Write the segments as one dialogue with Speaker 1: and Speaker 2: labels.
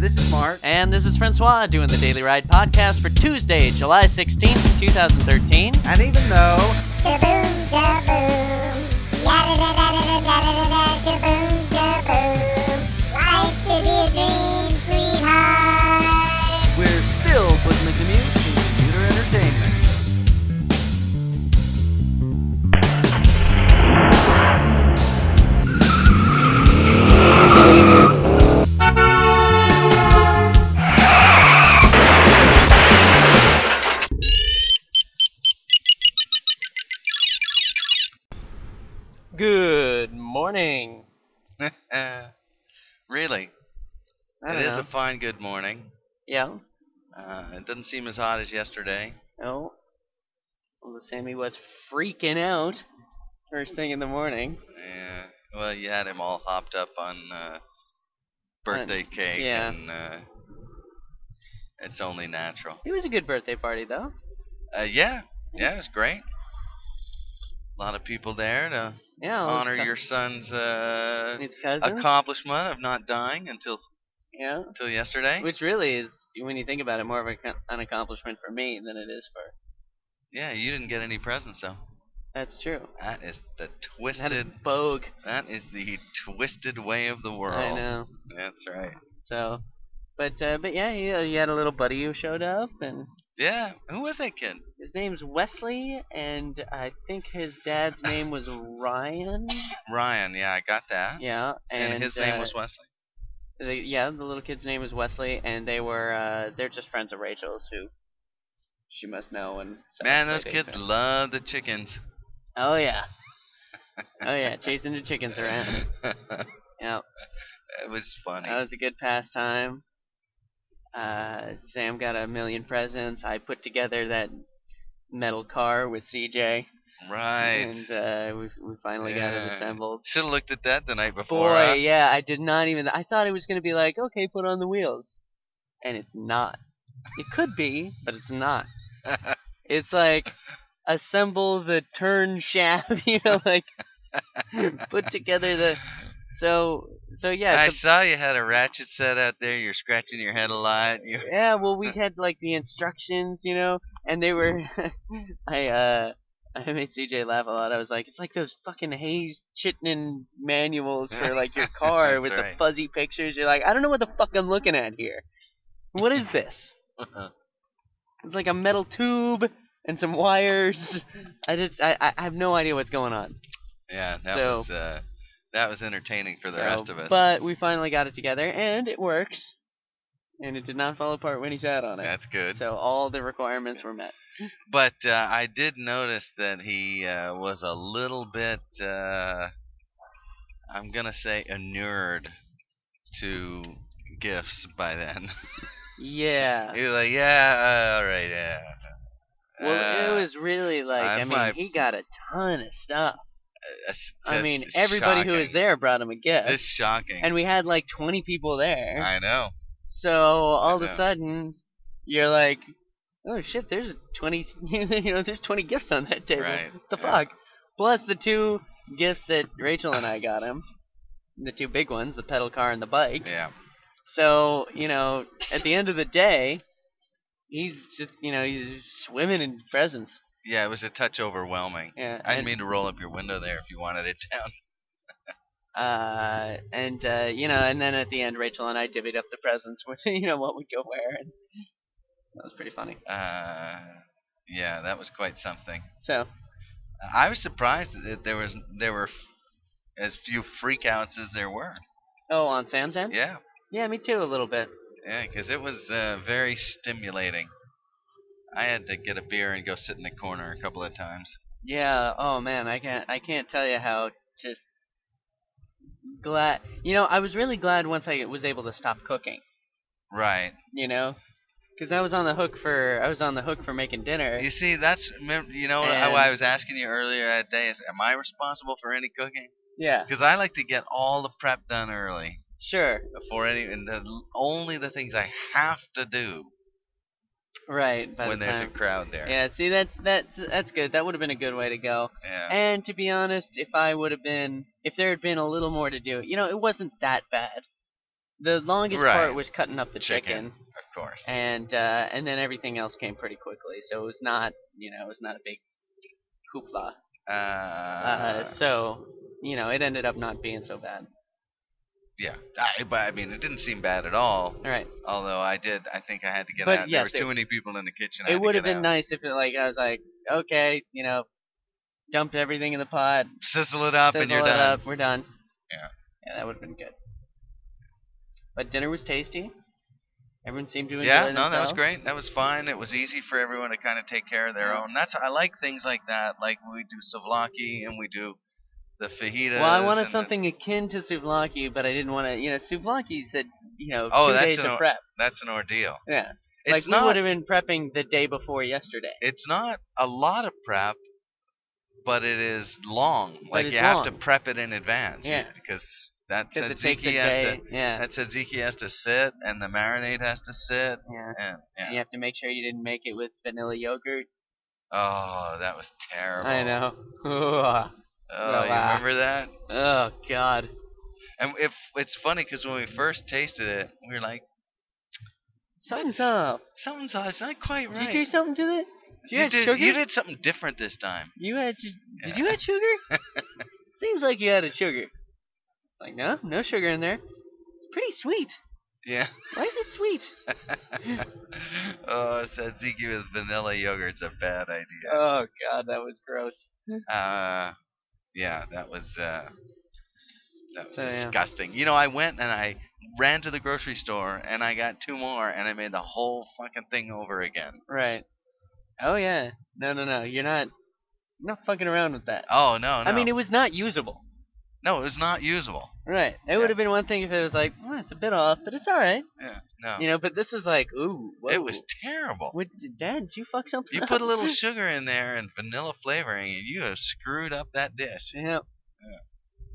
Speaker 1: this is Mark.
Speaker 2: And this is Francois doing the Daily Ride podcast for Tuesday, July 16th, 2013.
Speaker 1: And even though
Speaker 3: Shaboom, shaboom. Yada da da da da da da da da. Shaboom, shaboom. Life could be a dream, sweetheart.
Speaker 1: we're still putting the commute in computer entertainment.
Speaker 2: Good morning.
Speaker 4: really,
Speaker 2: I
Speaker 4: it
Speaker 2: don't
Speaker 4: is
Speaker 2: know.
Speaker 4: a fine good morning.
Speaker 2: Uh, yeah.
Speaker 4: Uh, it doesn't seem as hot as yesterday.
Speaker 2: Oh. Well, the Sammy was freaking out first thing in the morning.
Speaker 4: Yeah. Well, you had him all hopped up on uh, birthday cake,
Speaker 2: yeah.
Speaker 4: and uh, it's only natural.
Speaker 2: It was a good birthday party, though.
Speaker 4: Uh, yeah, yeah, it was great. A lot of people there to
Speaker 2: Yeah. all his
Speaker 4: honor
Speaker 2: cou-
Speaker 4: your son's uh,
Speaker 2: his cousins.
Speaker 4: accomplishment of not dying until
Speaker 2: yeah.
Speaker 4: until yesterday.
Speaker 2: Which really is, when you think about it, more of a co- an accomplishment for me than it is for.
Speaker 4: yeah, you didn't get any presents though.
Speaker 2: That's true.
Speaker 4: That is the
Speaker 2: Had a
Speaker 4: twisted.
Speaker 2: bogue.
Speaker 4: That is the twisted way of the world.
Speaker 2: I know.
Speaker 4: That's right.
Speaker 2: So, but uh, but yeah, he, he had a little buddy who showed up, and
Speaker 4: Yeah. Who was that kid?
Speaker 2: his name's Wesley, and I think his dad's name was Ryan.
Speaker 4: Ryan. Yeah, I got that.
Speaker 2: Yeah,
Speaker 4: And,
Speaker 2: and,
Speaker 4: his name
Speaker 2: uh,
Speaker 4: was Wesley.
Speaker 2: the, yeah, the little kid's name was Wesley, and they were uh, they're just friends of Rachel's who she must know. And so
Speaker 4: Man,
Speaker 2: they
Speaker 4: those
Speaker 2: date
Speaker 4: kids
Speaker 2: her.
Speaker 4: love the chickens.
Speaker 2: Oh yeah. Oh yeah, chasing the chickens around.
Speaker 4: it
Speaker 2: Yeah,
Speaker 4: was funny.
Speaker 2: that was a good pastime. Uh, Sam got a million presents. I put together that metal car with CJ.
Speaker 4: right.
Speaker 2: And uh, we we finally got it
Speaker 4: Yeah.
Speaker 2: assembled.
Speaker 4: Should have looked at that the night before.
Speaker 2: Boy,
Speaker 4: huh?
Speaker 2: yeah, I did not even. I thought it was gonna be like, okay, put on the wheels, and it's not. It could be, but it's not. It's like assemble the turn shaft, you know, like put together the. So so yeah,
Speaker 4: I
Speaker 2: so,
Speaker 4: saw you had a ratchet set out there. You're scratching your head a lot. You,
Speaker 2: yeah. Well,
Speaker 4: Uh,
Speaker 2: we had like the instructions, you know, and they were. I uh. I made CJ laugh a lot. I was like, it's like those fucking Hayes Chittenden manuals for like your car
Speaker 4: That's
Speaker 2: with the
Speaker 4: right.
Speaker 2: fuzzy pictures. You're like, I don't know what the fuck I'm looking at here. What is this? It's like a metal tube and some wires. I just, I, I I have no idea what's going on.
Speaker 4: yeah, that
Speaker 2: So-
Speaker 4: was uh, that was entertaining for the
Speaker 2: So,
Speaker 4: rest of us.
Speaker 2: But we finally got it together and it works. And it did not fall apart when he sat on it.
Speaker 4: That's good.
Speaker 2: So all the requirements were met.
Speaker 4: But uh, I did notice that he uh, was a little bit, uh, I'm going to say, inured to gifts by then.
Speaker 2: Yeah.
Speaker 4: he was like, yeah, uh, all right, yeah.
Speaker 2: Well,
Speaker 4: Uh,
Speaker 2: it was really like,
Speaker 4: I
Speaker 2: I mean,
Speaker 4: might-
Speaker 2: he got a ton of stuff.
Speaker 4: that's
Speaker 2: I
Speaker 4: just
Speaker 2: mean, everybody who was
Speaker 4: shocking.
Speaker 2: there brought him a gift,
Speaker 4: Just shocking.
Speaker 2: and we had like 20 people there.
Speaker 4: I know.
Speaker 2: so all of a
Speaker 4: know.
Speaker 2: sudden, you're like, "Oh shit, there's 20, you know, there's 20 gifts on that table.
Speaker 4: Right,
Speaker 2: What the
Speaker 4: yeah.
Speaker 2: fuck?" Plus the two gifts that Rachel and I got him, the two big ones, the pedal car and the bike.
Speaker 4: Yeah.
Speaker 2: So you know, at the end of the day, he's just, you know, he's swimming in presents.
Speaker 4: Yeah, it was a touch overwhelming.
Speaker 2: Yeah,
Speaker 4: I didn't
Speaker 2: and-
Speaker 4: mean to roll up your window there if you wanted it down.
Speaker 2: Uh, and uh, you know, and then at the end, Rachel and I divvied up the presents, which you know what would go where, and that was pretty funny.
Speaker 4: Uh, yeah, that was quite something.
Speaker 2: So
Speaker 4: I was surprised that there was there were f- as few freakouts as there were.
Speaker 2: Oh, on Sam's end?
Speaker 4: Yeah,
Speaker 2: Yeah, me too, a little bit.
Speaker 4: yeah, because it was uh, very stimulating. I had to get a beer and go sit in the corner a couple of times.
Speaker 2: Yeah. Oh man, I can't. I can't tell you how just glad. You know, I was really glad once I was able to stop cooking.
Speaker 4: Right.
Speaker 2: You know, because I was on the hook for. I was on the hook for making dinner.
Speaker 4: You see, that's mem- you know how
Speaker 2: And-
Speaker 4: I was asking you earlier that day is, am I responsible for any cooking?
Speaker 2: Yeah.
Speaker 4: Because I like to get all the prep done early
Speaker 2: Sure.
Speaker 4: before any, and the, only the things I have to do
Speaker 2: Right. By
Speaker 4: when
Speaker 2: the
Speaker 4: there's
Speaker 2: time.
Speaker 4: a crowd there.
Speaker 2: yeah. See, that's that's that's good. That would have been a good way to go.
Speaker 4: Yeah.
Speaker 2: And to be honest, if I would have been, if there had been a little more to do, you know, it wasn't that bad. the longest
Speaker 4: Right.
Speaker 2: part was cutting up the
Speaker 4: Chicken.
Speaker 2: chicken,
Speaker 4: Of course.
Speaker 2: and uh, and then everything else came pretty quickly. So it was not you know it was not a big hoopla.
Speaker 4: Uh,
Speaker 2: Uh, so you know it ended up not being so bad.
Speaker 4: yeah, I, but I mean, it didn't seem bad at all.
Speaker 2: All right.
Speaker 4: Although I did, I think I had to get
Speaker 2: But
Speaker 4: out. there
Speaker 2: yes,
Speaker 4: was
Speaker 2: it-
Speaker 4: too many people in the kitchen. I had
Speaker 2: it
Speaker 4: to
Speaker 2: would have
Speaker 4: get
Speaker 2: been
Speaker 4: out.
Speaker 2: nice if it like I was like, okay, you know, dumped everything in the pot,
Speaker 4: Sizzle it up, and
Speaker 2: sizzle
Speaker 4: you're
Speaker 2: it
Speaker 4: done.
Speaker 2: up, we're done.
Speaker 4: Yeah.
Speaker 2: Yeah, that would have been good. But dinner was tasty. Everyone seemed to enjoy
Speaker 4: Yeah, no,
Speaker 2: themselves.
Speaker 4: that was great. That was fine. It was easy for everyone to kind of take care of their
Speaker 2: Yeah.
Speaker 4: own. That's I like things like that. Like we do souvlaki and we do the fajitas.
Speaker 2: Well, I wanted
Speaker 4: and the-
Speaker 2: something akin to souvlaki, but I didn't want to. You know, souvlaki said, you know,
Speaker 4: Oh,
Speaker 2: two
Speaker 4: that's
Speaker 2: days
Speaker 4: an o-
Speaker 2: of prep.
Speaker 4: that's an ordeal.
Speaker 2: Yeah,
Speaker 4: It's
Speaker 2: like we
Speaker 4: not.
Speaker 2: would have been prepping the day before yesterday.
Speaker 4: It's not a lot of prep, but it is long. like
Speaker 2: it's
Speaker 4: you have to
Speaker 2: long.
Speaker 4: prep it in advance.
Speaker 2: Yeah.
Speaker 4: Because that
Speaker 2: Because it
Speaker 4: tzatziki
Speaker 2: takes a
Speaker 4: has
Speaker 2: day.
Speaker 4: to.
Speaker 2: yeah.
Speaker 4: That tzatziki has to sit, and the marinade has to sit,
Speaker 2: Yeah.
Speaker 4: and yeah.
Speaker 2: You have to make sure you didn't make it with vanilla yogurt.
Speaker 4: Oh, that was terrible.
Speaker 2: I know. Ugh.
Speaker 4: Oh, you
Speaker 2: Relax.
Speaker 4: remember that?
Speaker 2: Oh God.
Speaker 4: And if it's funny because when we first tasted it, we were like,
Speaker 2: Something's up.
Speaker 4: "Something's odd. It's not quite
Speaker 2: Did
Speaker 4: right."
Speaker 2: you do something to it? you
Speaker 4: You
Speaker 2: add
Speaker 4: did.
Speaker 2: sugar?
Speaker 4: You did something different this time.
Speaker 2: You had ju- did
Speaker 4: Yeah.
Speaker 2: you add sugar? Seems like you added sugar. It's like no, no sugar in there. It's pretty sweet.
Speaker 4: Yeah.
Speaker 2: Why is it sweet?
Speaker 4: oh, tzatziki with vanilla yogurt's a bad idea.
Speaker 2: Oh God, that was gross.
Speaker 4: Uh, yeah, that was uh, that was
Speaker 2: So, yeah.
Speaker 4: disgusting. You know, I went and I ran to the grocery store and I got two more and I made the whole fucking thing over again.
Speaker 2: Right. Oh yeah. No, no, no. You're not not fucking around with that.
Speaker 4: Oh no, no.
Speaker 2: I mean, it was not usable.
Speaker 4: no, it was not usable.
Speaker 2: Right. It
Speaker 4: Yeah.
Speaker 2: would have been one thing if it was like, well, it's a bit off, but it's all right.
Speaker 4: Yeah, no,
Speaker 2: You know. But this was like, ooh, whoa.
Speaker 4: Oh. it was terrible.
Speaker 2: What, Dad, did you fuck something?
Speaker 4: You put a
Speaker 2: up?
Speaker 4: little sugar in there and vanilla flavoring, and you have screwed up that dish.
Speaker 2: Yeah.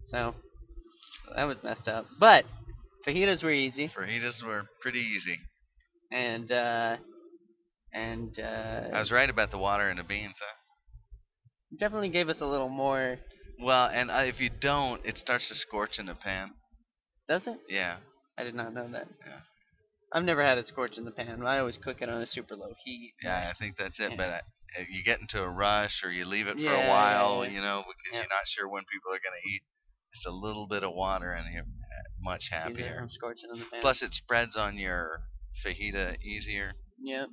Speaker 2: So, so that was messed up. But fajitas were easy,
Speaker 4: Fajitas were pretty easy.
Speaker 2: and uh, and
Speaker 4: I
Speaker 2: uh,
Speaker 4: was right about the water and the beans, huh?
Speaker 2: definitely gave us a little more.
Speaker 4: Well, and uh, if you don't, it starts to scorch in the pan.
Speaker 2: Does it?
Speaker 4: Yeah.
Speaker 2: I did not know that.
Speaker 4: Yeah.
Speaker 2: I've never had a scorch in the pan. I always cook it on a super low heat.
Speaker 4: Yeah, I think that's it.
Speaker 2: Yeah.
Speaker 4: But I, if you get into a rush or you leave it for
Speaker 2: Yeah,
Speaker 4: a
Speaker 2: yeah,
Speaker 4: while,
Speaker 2: yeah.
Speaker 4: you know, because
Speaker 2: Yeah.
Speaker 4: you're not sure when people are going to eat, just a little bit of water and you're uh, much
Speaker 2: You know,
Speaker 4: happier.
Speaker 2: I'm scorching in the pan.
Speaker 4: Plus, it spreads on your fajita easier.
Speaker 2: Yeah.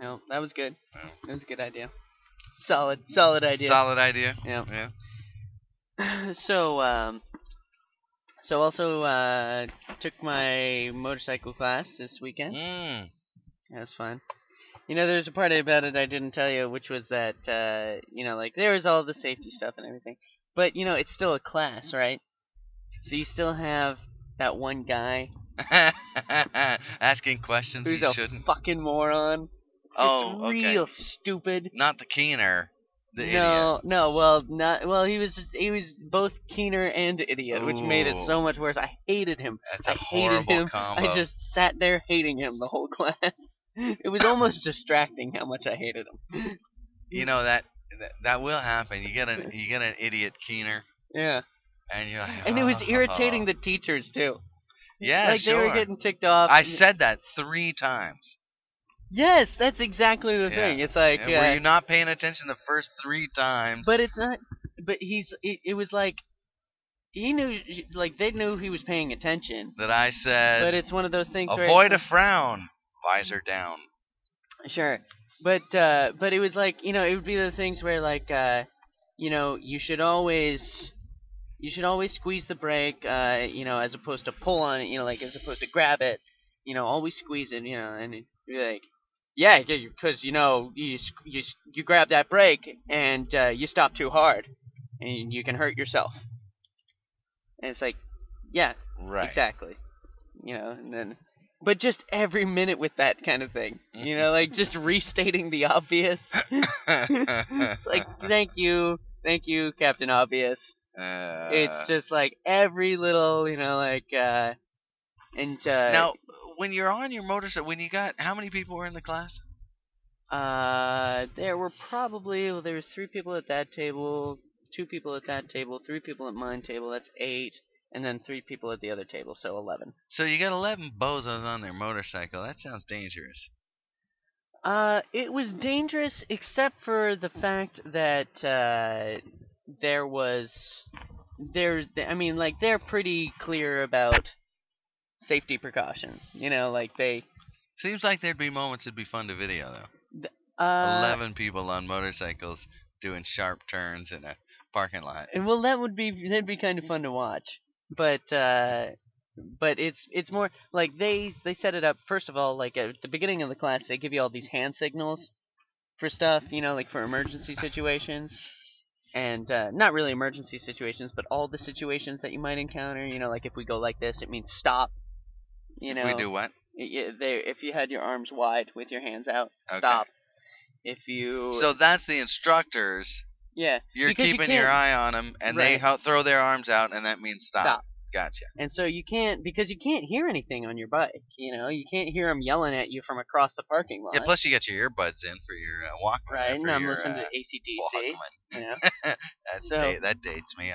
Speaker 2: No, that was good.
Speaker 4: Yeah.
Speaker 2: That was a good idea. Solid, solid idea.
Speaker 4: Solid idea.
Speaker 2: Yeah.
Speaker 4: Yeah.
Speaker 2: so um so also uh took my motorcycle class this weekend
Speaker 4: Mm.
Speaker 2: that was fun you know there's a part about it i didn't tell you which was that uh you know like there was all the safety stuff and everything but you know it's still a class right so you still have that one guy
Speaker 4: Mm. Asking questions
Speaker 2: who's
Speaker 4: he
Speaker 2: a
Speaker 4: shouldn't.
Speaker 2: fucking moron
Speaker 4: Oh,
Speaker 2: Just
Speaker 4: okay.
Speaker 2: real stupid
Speaker 4: Not the keener. The
Speaker 2: no, no. Well, not well. He was just, he was both keener and idiot, which made it
Speaker 4: Ooh.
Speaker 2: so much worse. I hated him.
Speaker 4: That's a
Speaker 2: I hated
Speaker 4: horrible
Speaker 2: him.
Speaker 4: combo.
Speaker 2: I just sat there hating him the whole class. It was almost distracting how much I hated him.
Speaker 4: idiot. You know that, that that will happen. You get an you get an idiot keener,
Speaker 2: Yeah,
Speaker 4: and you're like.
Speaker 2: and it was irritating
Speaker 4: "Oh."
Speaker 2: the teachers too.
Speaker 4: yeah,
Speaker 2: like
Speaker 4: sure.
Speaker 2: they were getting ticked off.
Speaker 4: I
Speaker 2: and-
Speaker 4: said that three times.
Speaker 2: yes, that's exactly the
Speaker 4: Yeah.
Speaker 2: thing. It's like,
Speaker 4: And
Speaker 2: yeah,
Speaker 4: Were you not paying attention the first three times?
Speaker 2: but it's not. But he's. It, it was like he knew, like they knew he was paying attention.
Speaker 4: that I
Speaker 2: But
Speaker 4: said
Speaker 2: it's one of those things where
Speaker 4: avoid
Speaker 2: it's
Speaker 4: a frown, visor down.
Speaker 2: Sure. But uh but it was like, you know, it would be the things where like uh you know, you should always you should always squeeze the brake, uh, you know, as opposed to pull on it, you know, like as opposed to grab it, you know, always squeeze it, you know, and it'd be like yeah, because you know you s- you s- you grab that brake and uh, you stop too hard, and you can hurt yourself. And it's like, yeah,
Speaker 4: Right.
Speaker 2: Exactly. You know, and then but just every minute with that kind of thing. You know, like just restating the obvious. it's like thank you. Thank you, Captain Obvious.
Speaker 4: Uh,
Speaker 2: it's just like every little, you know, like uh and uh
Speaker 4: now when you're on your motorcycle. When you got how many people were in the class?
Speaker 2: uh there were probably well, there was three people at that table, two people at that table, three people at mine table, that's eight. and then three people at the other table, so eleven.
Speaker 4: So you got 11 bozos on their motorcycle. That sounds dangerous.
Speaker 2: Uh, it was dangerous except for the fact that uh, there was there. I mean, like they're pretty clear about safety precautions. You know, like they.
Speaker 4: Seems like there'd be moments it'd be fun to video though.
Speaker 2: Uh,
Speaker 4: 11 people on motorcycles doing sharp turns in a parking lot.
Speaker 2: And well, that would be that'd be kind of fun to watch. But uh, but it's it's more like they they set it up first of all like at the beginning of the class they give you all these hand signals for stuff you know like for emergency situations and uh, not really emergency situations but all the situations that you might encounter you know like if we go like this it means stop you know
Speaker 4: We do what?
Speaker 2: Y- y- they, if you had your arms wide with your hands out
Speaker 4: Okay.
Speaker 2: stop if you
Speaker 4: So that's the instructors.
Speaker 2: yeah
Speaker 4: You're
Speaker 2: because you
Speaker 4: keeping
Speaker 2: can't-
Speaker 4: your eye on them, and they
Speaker 2: Right.
Speaker 4: ho- throw their arms out, and that means stop.
Speaker 2: Stop.
Speaker 4: Gotcha.
Speaker 2: And so you can't because you can't hear anything on your bike. You know, you can't hear them yelling at you from across the parking lot.
Speaker 4: Yeah, plus you got your earbuds in for your uh, walk.
Speaker 2: right,
Speaker 4: for
Speaker 2: and I'm
Speaker 4: your,
Speaker 2: listening to
Speaker 4: uh,
Speaker 2: ACDC.
Speaker 4: Walkman.
Speaker 2: You know,
Speaker 4: That,
Speaker 2: So-
Speaker 4: da- that dates me.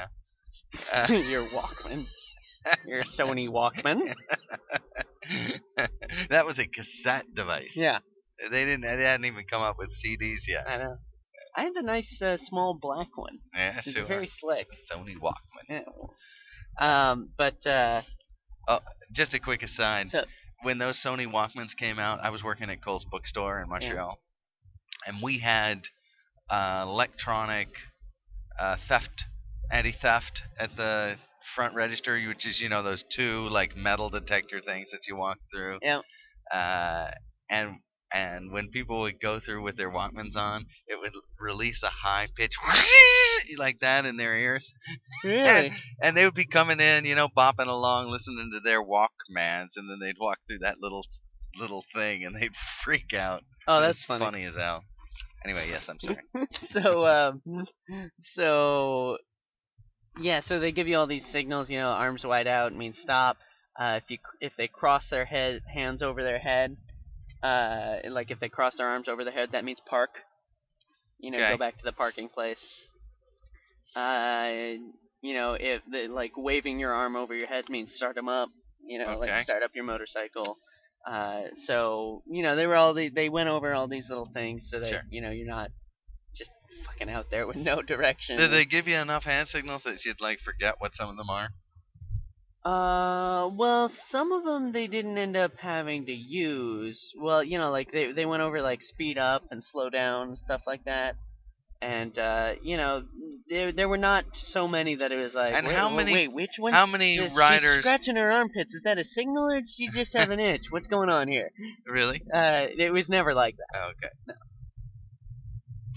Speaker 4: Huh? Uh,
Speaker 2: your Walkman, your Sony Walkman.
Speaker 4: that was a cassette device.
Speaker 2: Yeah,
Speaker 4: They didn't. They hadn't even come up with CDs yet.
Speaker 2: I know. I had the nice uh, small black one.
Speaker 4: Yeah,
Speaker 2: It's
Speaker 4: sure.
Speaker 2: very slick.
Speaker 4: Sony Walkman.
Speaker 2: Yeah. Um, but uh,
Speaker 4: Just a quick aside.
Speaker 2: So-
Speaker 4: when those Sony Walkmans came out, I was working at Cole's bookstore in Montreal, and we had uh, electronic uh, theft, anti-theft at the front register, which is you know those two like metal detector things that you walk through.
Speaker 2: Yeah.
Speaker 4: Uh, and and when people would go through with their Walkmans on, it would release a high pitch like that in their ears
Speaker 2: really,
Speaker 4: and they would be coming in, you know, bopping along, listening to their Walkmans, and then they'd walk through that little little thing, and they'd freak out.
Speaker 2: oh,
Speaker 4: It
Speaker 2: that's
Speaker 4: was
Speaker 2: funny.
Speaker 4: Funny as hell. Anyway, yes, I'm sorry.
Speaker 2: so um so yeah so they give you all these signals you know arms wide out means stop uh, if you if they cross their head hands over their head uh, like if they cross their arms over their head that means park you know
Speaker 4: Okay.
Speaker 2: go back to the parking place uh you know if the, like waving your arm over your head means start 'em up you know
Speaker 4: Okay.
Speaker 2: like start up your motorcycle uh, so you know they were all the, they went over all these little things so that
Speaker 4: Sure.
Speaker 2: you know you're not just fucking out there with no direction.
Speaker 4: Did they give you enough hand signals that you'd like forget what some of them are?
Speaker 2: Uh, well, some of them they didn't end up having to use. Well, you know, like they they went over like speed up and slow down and stuff like that. And uh, you know, there there were not so many that it was like.
Speaker 4: And
Speaker 2: wait,
Speaker 4: how
Speaker 2: wait,
Speaker 4: many-
Speaker 2: Wait, which one?
Speaker 4: How many
Speaker 2: is- she's
Speaker 4: riders
Speaker 2: scratching her armpits. Is that a signal or does she just have an itch? What's going on here?
Speaker 4: really?
Speaker 2: Uh, it was never like that.
Speaker 4: Oh, okay.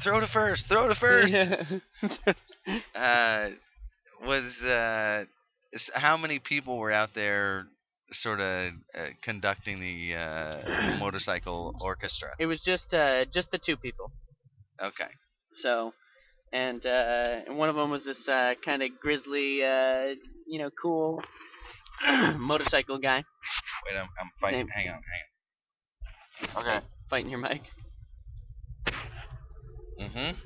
Speaker 4: Throw to first. Throw to first. uh, was uh, s- how many people were out there sort of uh, conducting the uh, motorcycle orchestra?
Speaker 2: it was just uh just the two people.
Speaker 4: Okay.
Speaker 2: So, and uh, and one of them was this uh, kind of grizzly, uh, you know, cool motorcycle guy
Speaker 4: Wait, I'm, I'm fighting.
Speaker 2: Same.
Speaker 4: Hang on, hang on. Okay.
Speaker 2: fighting your mic.
Speaker 4: Mm-hmm.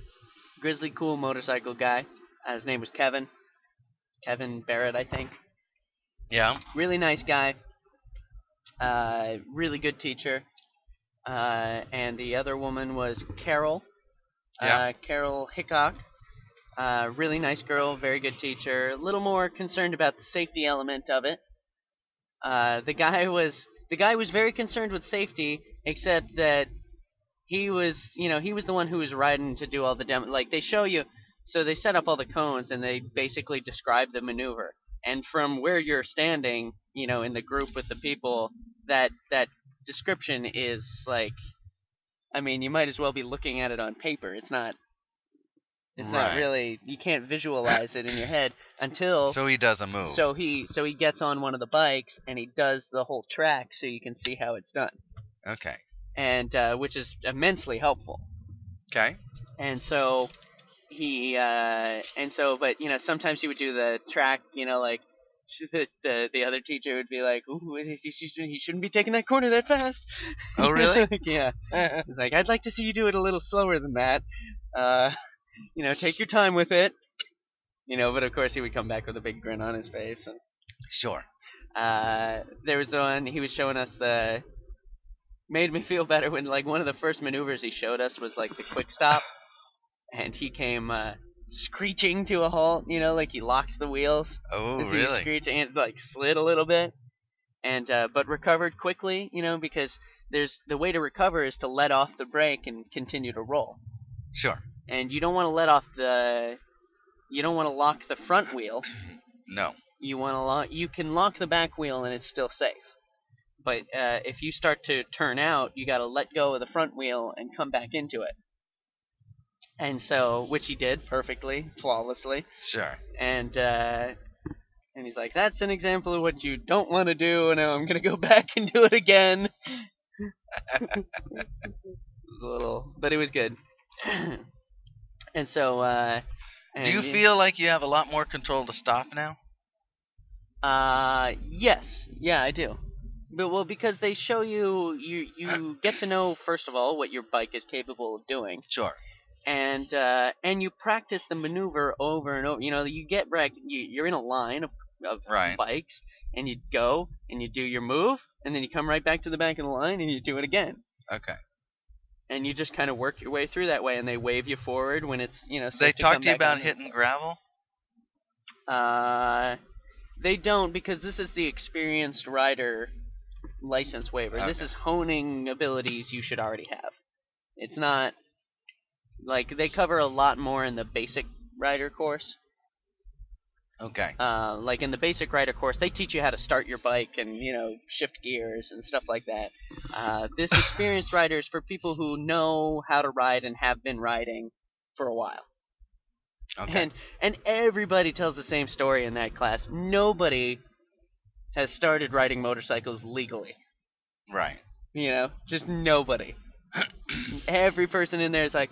Speaker 2: Grizzly, cool motorcycle guy. Uh, his name was Kevin. Kevin Barrett, I think.
Speaker 4: Yeah.
Speaker 2: Really nice guy. Uh, really good teacher. Uh, and the other woman was Carol.
Speaker 4: Yeah.
Speaker 2: Uh, Carol Hickok. Uh, really nice girl, very good teacher. A little more concerned about the safety element of it. Uh, the guy was the guy was very concerned with safety, except that he was you know he was the one who was riding to do all the demo. Like they show you, so they set up all the cones and they basically describe the maneuver. And from where you're standing, you know, in the group with the people, that that description is like, I mean, you might as well be looking at it on paper. It's not. It's
Speaker 4: Right.
Speaker 2: not really. You can't visualize it in your head until
Speaker 4: So he does a move.
Speaker 2: Oh. so he so he gets on one of the bikes and he does the whole track so you can see how it's done,
Speaker 4: okay.
Speaker 2: and uh, which is immensely helpful.
Speaker 4: Okay.
Speaker 2: And so he uh, and so but you know sometimes he would do the track you know like the the, the other teacher would be like ooh he- he should- he shouldn't be taking that corner that fast.
Speaker 4: Oh, really?
Speaker 2: Like, yeah. He's like I'd like to see you do it a little slower than that. Uh, you know, take your time with it. You know, but of course he would come back with a big grin on his face and
Speaker 4: Sure.
Speaker 2: Uh, there was one he was showing us the made me feel better when like one of the first maneuvers he showed us was like the quick stop, and he came uh, screeching to a halt. You know, like he locked the wheels
Speaker 4: Oh,
Speaker 2: as he was
Speaker 4: really?
Speaker 2: screeching, and it like slid a little bit, and uh, but recovered quickly. You know, because there's the way to recover is to let off the brake and continue to roll,
Speaker 4: Sure.
Speaker 2: and you don't want to let off the you don't want to lock the front wheel
Speaker 4: No.
Speaker 2: you want to lock you can lock the back wheel and it's still safe but uh, if you start to turn out you got to let go of the front wheel and come back into it and so which he did perfectly flawlessly
Speaker 4: Sure.
Speaker 2: and uh, and he's like that's an example of what you don't want to do and now i'm going to go back and do it again it was a little but it was good and so uh,
Speaker 4: Do you
Speaker 2: and-
Speaker 4: feel like you have a lot more control to stop now?
Speaker 2: Uh, yes, yeah, I do. But well, because they show you, you you get to know first of all what your bike is capable of doing,
Speaker 4: Sure.
Speaker 2: and uh, and you practice the maneuver over and over. You know, you get rec- you, you're in a line of of
Speaker 4: Right.
Speaker 2: bikes, and you go and you do your move, and then you come right back to the back of the line and you do it again,
Speaker 4: Okay.
Speaker 2: and you just kind of work your way through that way, and they wave you forward when it's you know.
Speaker 4: They
Speaker 2: safe to
Speaker 4: talk
Speaker 2: come
Speaker 4: to you
Speaker 2: back on
Speaker 4: about
Speaker 2: the-
Speaker 4: hitting gravel?
Speaker 2: Uh, they don't because this is the experienced rider license waiver. This
Speaker 4: Okay.
Speaker 2: is honing abilities you should already have. It's not like they cover a lot more in the basic rider course.
Speaker 4: Okay.
Speaker 2: Uh, like in the basic rider course, they teach you how to start your bike and you know shift gears and stuff like that. Uh, this experienced rider is for people who know how to ride and have been riding for a while.
Speaker 4: Okay.
Speaker 2: And and everybody tells the same story in that class. Nobody has started riding motorcycles legally.
Speaker 4: Right.
Speaker 2: You know, just nobody. Every person in there is like,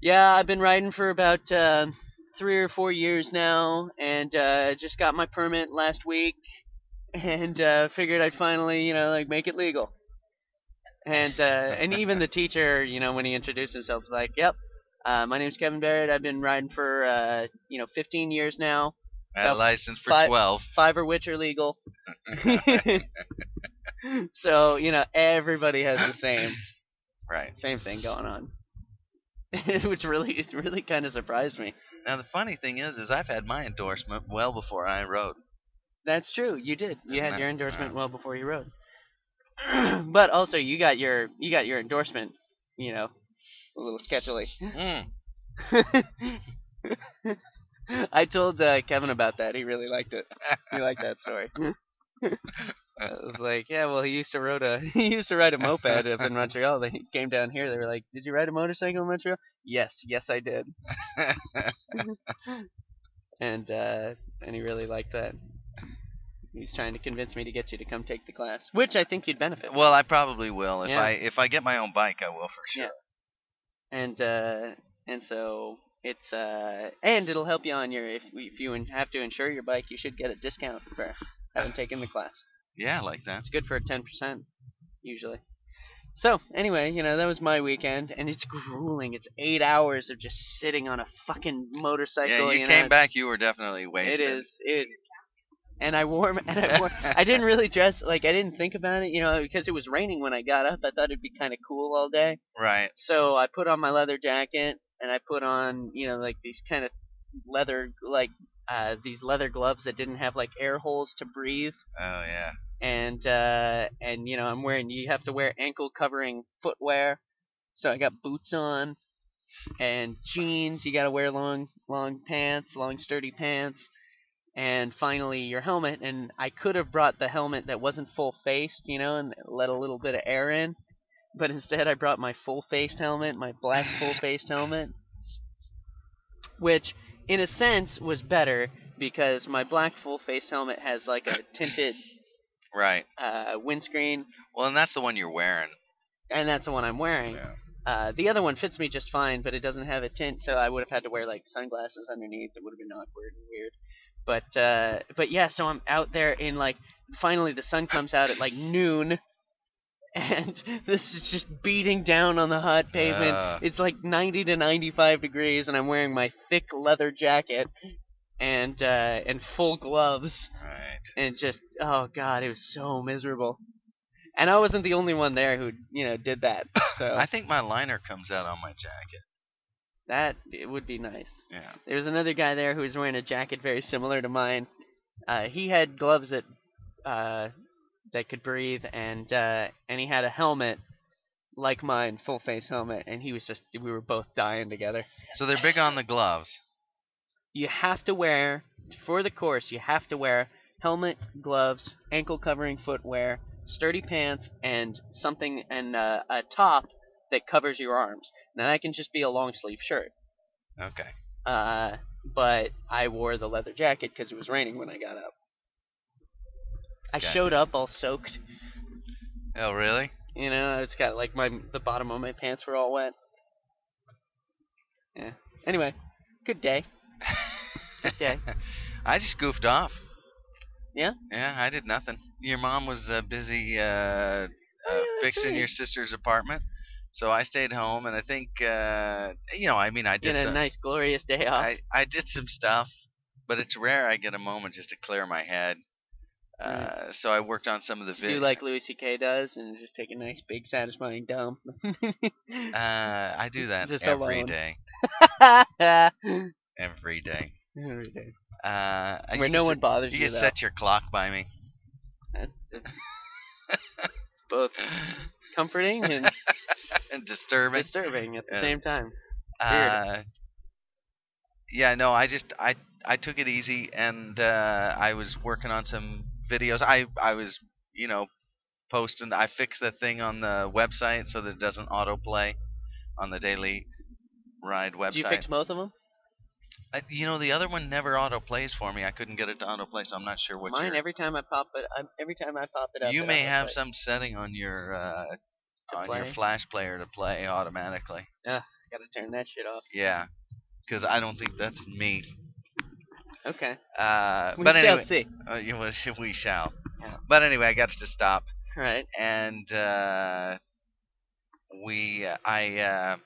Speaker 2: "Yeah, I've been riding for about uh, three or four years now, and uh, just got my permit last week, and uh, figured I'd finally, you know, like make it legal." And uh, and even the teacher, you know, when he introduced himself, was like, "Yep, uh, my name's Kevin Barrett. I've been riding for uh, you know 15 years now,
Speaker 4: I had a
Speaker 2: About
Speaker 4: license for
Speaker 2: five-
Speaker 4: 12.
Speaker 2: five of which are legal." so you know, everybody has the same
Speaker 4: Right.
Speaker 2: same thing going on. Which really, it really kind of surprised me.
Speaker 4: Now, the funny thing is, is I've had my endorsement well before I rode.
Speaker 2: That's true. You did. You had
Speaker 4: Isn't
Speaker 2: your
Speaker 4: that-
Speaker 2: endorsement well before you rode. but also, you got your you got your endorsement. You know, a little sketchily.
Speaker 4: Mm.
Speaker 2: I told uh, Kevin about that. He really liked it. He liked that story. I was like, yeah, well, he used to rode a he used to ride a moped up in Montreal. They came down here. They were like, did you ride a motorcycle in Montreal? Yes, yes, I did. and uh, and he really liked that. He's trying to convince me to get you to come take the class, which I think you'd benefit. from.
Speaker 4: Hmm. Well, I probably will. If
Speaker 2: Yeah.
Speaker 4: I if I get my own bike, I will for sure.
Speaker 2: Yeah. and uh, and so it's uh, and it'll help you on your if if you in- have to insure your bike, you should get a discount for having taken the class.
Speaker 4: Yeah, I like that.
Speaker 2: It's good for ten percent usually. So anyway, you know that was my weekend, and it's grueling. It's eight hours of just sitting on a fucking motorcycle.
Speaker 4: yeah, you
Speaker 2: know,
Speaker 4: came
Speaker 2: it's-
Speaker 4: back. You were definitely wasted.
Speaker 2: It is it. And I warm and I warm. I didn't really dress like I didn't think about it, you know, because it was raining when I got up. I thought it'd be kind of cool all day.
Speaker 4: Right.
Speaker 2: So I put on my leather jacket and I put on, you know, like these kind of leather like uh, these leather gloves that didn't have like air holes to breathe
Speaker 4: Oh yeah.
Speaker 2: and uh, and you know I'm wearing you have to wear ankle covering footwear. So I got boots on and jeans, you got to wear long long pants, long sturdy pants. And finally, your helmet. And I could have brought the helmet that wasn't full faced, you know, and let a little bit of air in. But instead, I brought my full faced helmet, my black full faced helmet, which, in a sense, was better because my black full faced helmet has like a tinted
Speaker 4: Right.
Speaker 2: uh, windscreen,
Speaker 4: Well, and that's the one you're wearing.
Speaker 2: and that's the one I'm wearing.
Speaker 4: Yeah.
Speaker 2: Uh, the other one fits me just fine, but it doesn't have a tint, so I would have had to wear like sunglasses underneath. It would have been awkward and weird. But uh, but yeah, so I'm out there in like finally the sun comes out at like noon, and this is just beating down on the hot pavement.
Speaker 4: Ah.
Speaker 2: It's like 90 to 95 degrees, and I'm wearing my thick leather jacket. and uh, and full gloves
Speaker 4: Right.
Speaker 2: and just oh god, it was so miserable. And I wasn't the only one there who you know did that, so
Speaker 4: I think my liner comes out on my jacket.
Speaker 2: that it would be nice.
Speaker 4: Yeah.
Speaker 2: There was another guy there who was wearing a jacket very similar to mine. Uh, he had gloves that uh, that could breathe, and uh, and he had a helmet like mine, full face helmet, and he was just we were both dying together.
Speaker 4: So they're big on the gloves.
Speaker 2: You have to wear for the course. You have to wear helmet, gloves, ankle covering footwear, sturdy pants, and something and uh, a top that covers your arms. Now that can just be a long sleeve shirt.
Speaker 4: Okay.
Speaker 2: uh, but I wore the leather jacket because it was raining when I got up. I
Speaker 4: Gotcha.
Speaker 2: showed up all soaked.
Speaker 4: Oh, really?
Speaker 2: You know, I just got like my the bottom of my pants were all wet. Yeah. Anyway, good day. Good day.
Speaker 4: I just goofed off.
Speaker 2: Yeah?
Speaker 4: Yeah, I did nothing. Your mom was uh, busy uh, uh,
Speaker 2: Oh, that's
Speaker 4: fixing
Speaker 2: right.
Speaker 4: your sister's apartment, so I stayed home. And I think, uh, you know, I mean, I
Speaker 2: Get
Speaker 4: did.
Speaker 2: a
Speaker 4: Some,
Speaker 2: nice glorious day off.
Speaker 4: I I did some stuff, but it's rare I get a moment just to clear my head. Uh, so I worked on some of the
Speaker 2: Mm. do
Speaker 4: videos.
Speaker 2: like Louis C.K. does and just take a nice big satisfying dump.
Speaker 4: uh, I do that
Speaker 2: Just
Speaker 4: every
Speaker 2: alone.
Speaker 4: day,
Speaker 2: Every
Speaker 4: every day.
Speaker 2: day.
Speaker 4: Uh, you
Speaker 2: Where
Speaker 4: can
Speaker 2: no
Speaker 4: set-
Speaker 2: one bothers
Speaker 4: You
Speaker 2: you.
Speaker 4: can
Speaker 2: though.
Speaker 4: set your clock by me.
Speaker 2: That's, that's, it's both comforting and
Speaker 4: Disturbing.
Speaker 2: disturbing at the
Speaker 4: Yeah.
Speaker 2: same time.
Speaker 4: Uh, yeah, no, I just I I took it easy and uh, I was working on some videos. I I was you know posting. I fixed that thing on the website so that it doesn't autoplay on the daily ride website.
Speaker 2: Did you fix both of them?
Speaker 4: I, you know the other one never autoplays for me. I couldn't get it to autoplay, so I'm not sure what.
Speaker 2: Mine
Speaker 4: your,
Speaker 2: every time I pop it. I, every time I pop it up.
Speaker 4: you
Speaker 2: it
Speaker 4: may
Speaker 2: autoplays.
Speaker 4: have some setting on your uh,
Speaker 2: To
Speaker 4: on your
Speaker 2: play.
Speaker 4: Flash player to play automatically.
Speaker 2: Gotta turn that shit off.
Speaker 4: Yeah, because I don't think that's me.
Speaker 2: Okay.
Speaker 4: Uh,
Speaker 2: We
Speaker 4: but
Speaker 2: shall
Speaker 4: anyway,
Speaker 2: see.
Speaker 4: Uh, yeah, well, sh- we shall.
Speaker 2: Yeah.
Speaker 4: But anyway, I got it to stop,
Speaker 2: All right.
Speaker 4: and uh, we, uh, I, uh,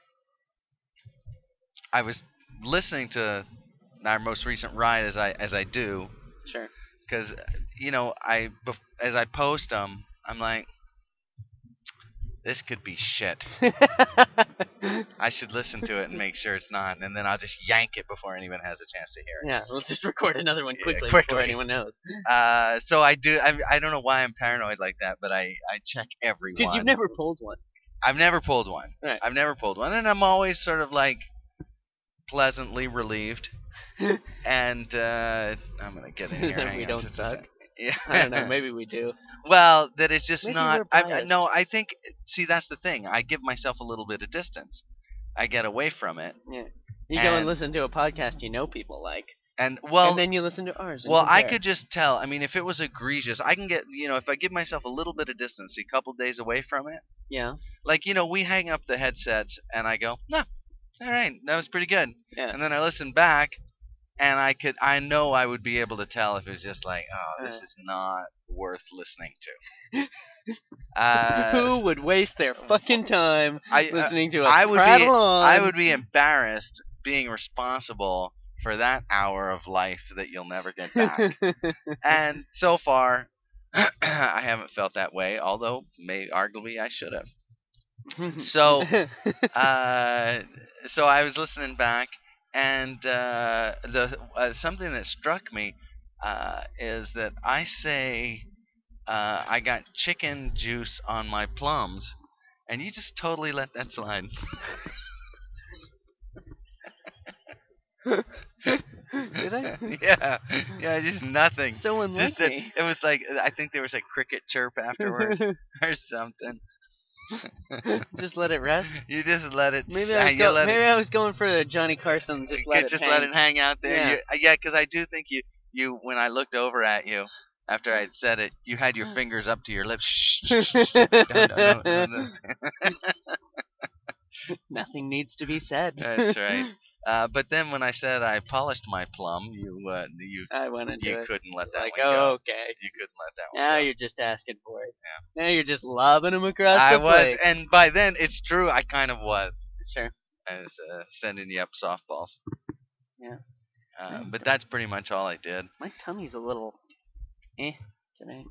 Speaker 4: I was listening to our most recent ride as I as I do,
Speaker 2: Sure.
Speaker 4: because you know I bef- as I post them, I'm like, this could be shit.
Speaker 2: yeah.
Speaker 4: I should listen to it and make sure it's not, and then I'll just yank it before anyone has a chance to hear it.
Speaker 2: Let's just record another one
Speaker 4: Yeah,
Speaker 2: quickly, before
Speaker 4: quickly.
Speaker 2: anyone knows.
Speaker 4: Uh, so I do. I, I don't know why I'm paranoid like that, but I I check everyone.
Speaker 2: Because you've never pulled one.
Speaker 4: I've never pulled one.
Speaker 2: Right.
Speaker 4: I've never pulled one, and I'm always sort of like pleasantly relieved. and uh, I'm gonna get in here.
Speaker 2: That
Speaker 4: hang
Speaker 2: we
Speaker 4: on
Speaker 2: don't
Speaker 4: just
Speaker 2: suck?
Speaker 4: A second. Yeah.
Speaker 2: I don't know. Maybe we do.
Speaker 4: well, that it's just
Speaker 2: Maybe
Speaker 4: not.
Speaker 2: we're
Speaker 4: I- I,
Speaker 2: biased.
Speaker 4: no, I think. See, that's the thing. I give myself a little bit of distance. I get away from it,
Speaker 2: You go and
Speaker 4: And-
Speaker 2: listen to a podcast you know people like,
Speaker 4: and well,
Speaker 2: and then you listen to ours. and
Speaker 4: Well, I
Speaker 2: compare.
Speaker 4: could just tell. I mean, if it was egregious, I can get, you know, if I give myself a little bit of distance, a couple days away from it,
Speaker 2: Yeah.
Speaker 4: like, you know, we hang up the headsets and I go, nah, all right, that was pretty good.
Speaker 2: Yeah.
Speaker 4: And then I listen back and I could, I know I would be able to tell if it was just like, oh, this
Speaker 2: Uh.
Speaker 4: is not worth listening to. uh,
Speaker 2: Who would waste their fucking time
Speaker 4: I, uh,
Speaker 2: listening to a
Speaker 4: I would be-
Speaker 2: prattle on?
Speaker 4: I would be embarrassed being responsible for that hour of life that you'll never get back. and so far, I haven't felt that way. Although, may arguably, I should have. So, uh, so I was listening back, and uh, the uh, something that struck me uh, is that I say uh, I got chicken juice on my plums, and you just totally let that slide.
Speaker 2: Did I?
Speaker 4: yeah, yeah, just nothing.
Speaker 2: so
Speaker 4: Just
Speaker 2: unlucky.
Speaker 4: that it was like I think there was a cricket chirp afterwards or something.
Speaker 2: just let it rest.
Speaker 4: You just let it.
Speaker 2: Maybe,
Speaker 4: sa-
Speaker 2: I, was
Speaker 4: you
Speaker 2: go-
Speaker 4: let
Speaker 2: maybe
Speaker 4: it,
Speaker 2: I was going for the Johnny Carson. Just let
Speaker 4: you
Speaker 2: it.
Speaker 4: just
Speaker 2: hang.
Speaker 4: let it hang out there.
Speaker 2: Yeah.
Speaker 4: You- uh, Yeah, because I do think you, you when I looked over at you after I had said it, you had your fingers up to your lips. Shh, shh, shh, shh. No, no, no, no, no.
Speaker 2: Nothing needs to be said.
Speaker 4: That's right. Uh, but then when I said I polished my plum, you uh, you
Speaker 2: I went into
Speaker 4: you
Speaker 2: it.
Speaker 4: couldn't let that
Speaker 2: like,
Speaker 4: one
Speaker 2: oh,
Speaker 4: go.
Speaker 2: okay.
Speaker 4: You couldn't let that one.
Speaker 2: Now
Speaker 4: go.
Speaker 2: you're just asking for it. Now you're just lobbing them across
Speaker 4: I
Speaker 2: the
Speaker 4: was,
Speaker 2: plate.
Speaker 4: and by then it's true. I kind of was.
Speaker 2: Sure.
Speaker 4: I was uh, sending you up softballs. Uh,
Speaker 2: Mm.
Speaker 4: but that's pretty much all I did.
Speaker 2: My tummy's a little eh today.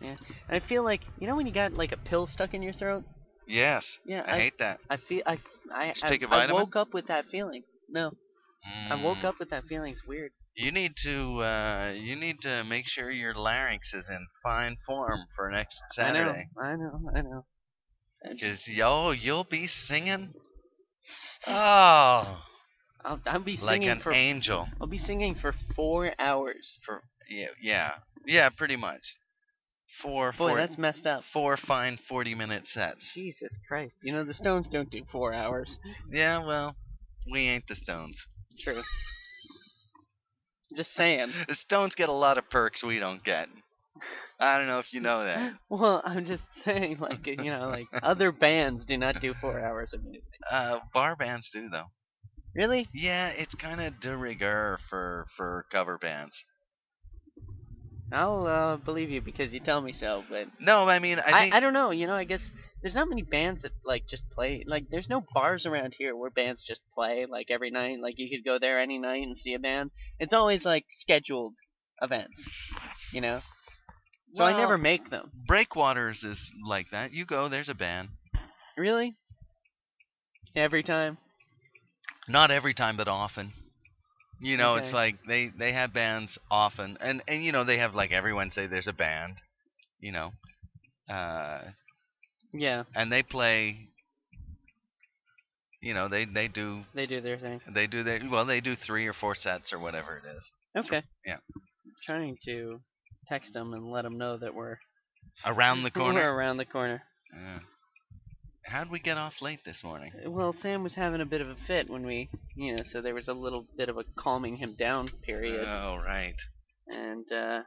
Speaker 4: Yeah.
Speaker 2: I feel like you know when you got like a pill stuck in your throat.
Speaker 4: Yes.
Speaker 2: Yeah,
Speaker 4: I, hate that.
Speaker 2: I feel I I,
Speaker 4: Just
Speaker 2: I,
Speaker 4: take a
Speaker 2: I
Speaker 4: vitamin?
Speaker 2: woke up with that feeling. No, I woke
Speaker 4: Mm.
Speaker 2: up with that feeling. It's weird.
Speaker 4: You need to uh, you need to make sure your larynx is in fine form for next Saturday.
Speaker 2: I know. I know. I know. I just-
Speaker 4: Cause yo, you'll be singing. Oh,
Speaker 2: I'll, I'll be
Speaker 4: like
Speaker 2: singing
Speaker 4: an
Speaker 2: for
Speaker 4: angel.
Speaker 2: I'll be singing for four hours.
Speaker 4: For yeah, yeah, yeah, pretty much. Four,
Speaker 2: Boy,
Speaker 4: four,
Speaker 2: that's messed up.
Speaker 4: four fine forty-minute sets.
Speaker 2: Jesus Christ! You know the Stones don't do four hours.
Speaker 4: Yeah, well, we ain't the Stones.
Speaker 2: True. Just saying.
Speaker 4: The Stones get a lot of perks we don't get. I don't know if you know that.
Speaker 2: Well, I'm just saying, like you know, like other bands do not do four hours of music.
Speaker 4: Uh, bar bands do though.
Speaker 2: Really?
Speaker 4: Yeah, it's kind of de rigueur for for cover bands.
Speaker 2: I'll uh, believe you because you tell me so. But
Speaker 4: No, I mean, I
Speaker 2: I,
Speaker 4: think
Speaker 2: I, don't know. You know, I guess there's not many bands that like just play. Like, there's no bars around here where bands just play like every night. Like, you could go there any night and see a band. It's always like scheduled events. You know. So I never
Speaker 4: Well-
Speaker 2: make them.
Speaker 4: Breakwaters is like that. You go, there's a band.
Speaker 2: Really? Every time.
Speaker 4: Not every time, but often. You know, it's
Speaker 2: Okay.
Speaker 4: like they they have bands often, and and you know they have like every Wednesday there's a band. You know, uh,
Speaker 2: Yeah,
Speaker 4: and they play. You know, they they do
Speaker 2: they do their thing.
Speaker 4: they do their well they do three or four sets or whatever it is
Speaker 2: Okay.
Speaker 4: yeah.
Speaker 2: trying to text them and let them know that we're
Speaker 4: around the corner.
Speaker 2: we're around the corner.
Speaker 4: Yeah. How'd we get off late this morning?
Speaker 2: Well, Sam was having a bit of a fit when we, you know, so there was a little bit of a calming him down period,
Speaker 4: Oh right.
Speaker 2: and uh,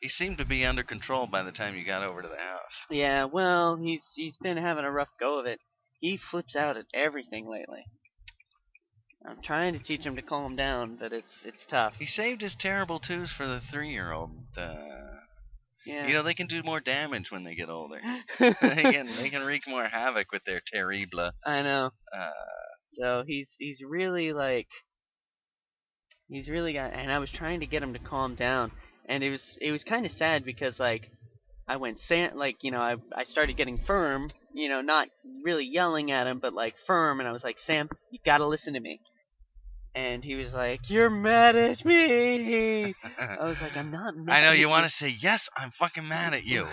Speaker 4: He seemed to be under control by the time you got over to the house.
Speaker 2: yeah, well, he's he's been having a rough go of it. He flips out at everything lately. I'm trying to teach him to calm down, but it's it's tough.
Speaker 4: He saved his terrible twos for the three-year-old. Uh,
Speaker 2: Yeah.
Speaker 4: You know they can do more damage when they get older. they can they can wreak more havoc with their terrible.
Speaker 2: I know.
Speaker 4: Uh,
Speaker 2: So he's he's really like he's really got and I was trying to get him to calm down and it was it was kind of sad because like I went san- like you know I I started getting firm, you know, not really yelling at him but like firm and I was like Sam, you got to listen to me. And he was like, "You're mad at me." I was like, "I'm not mad."
Speaker 4: I know you want to say yes. I'm fucking mad at you.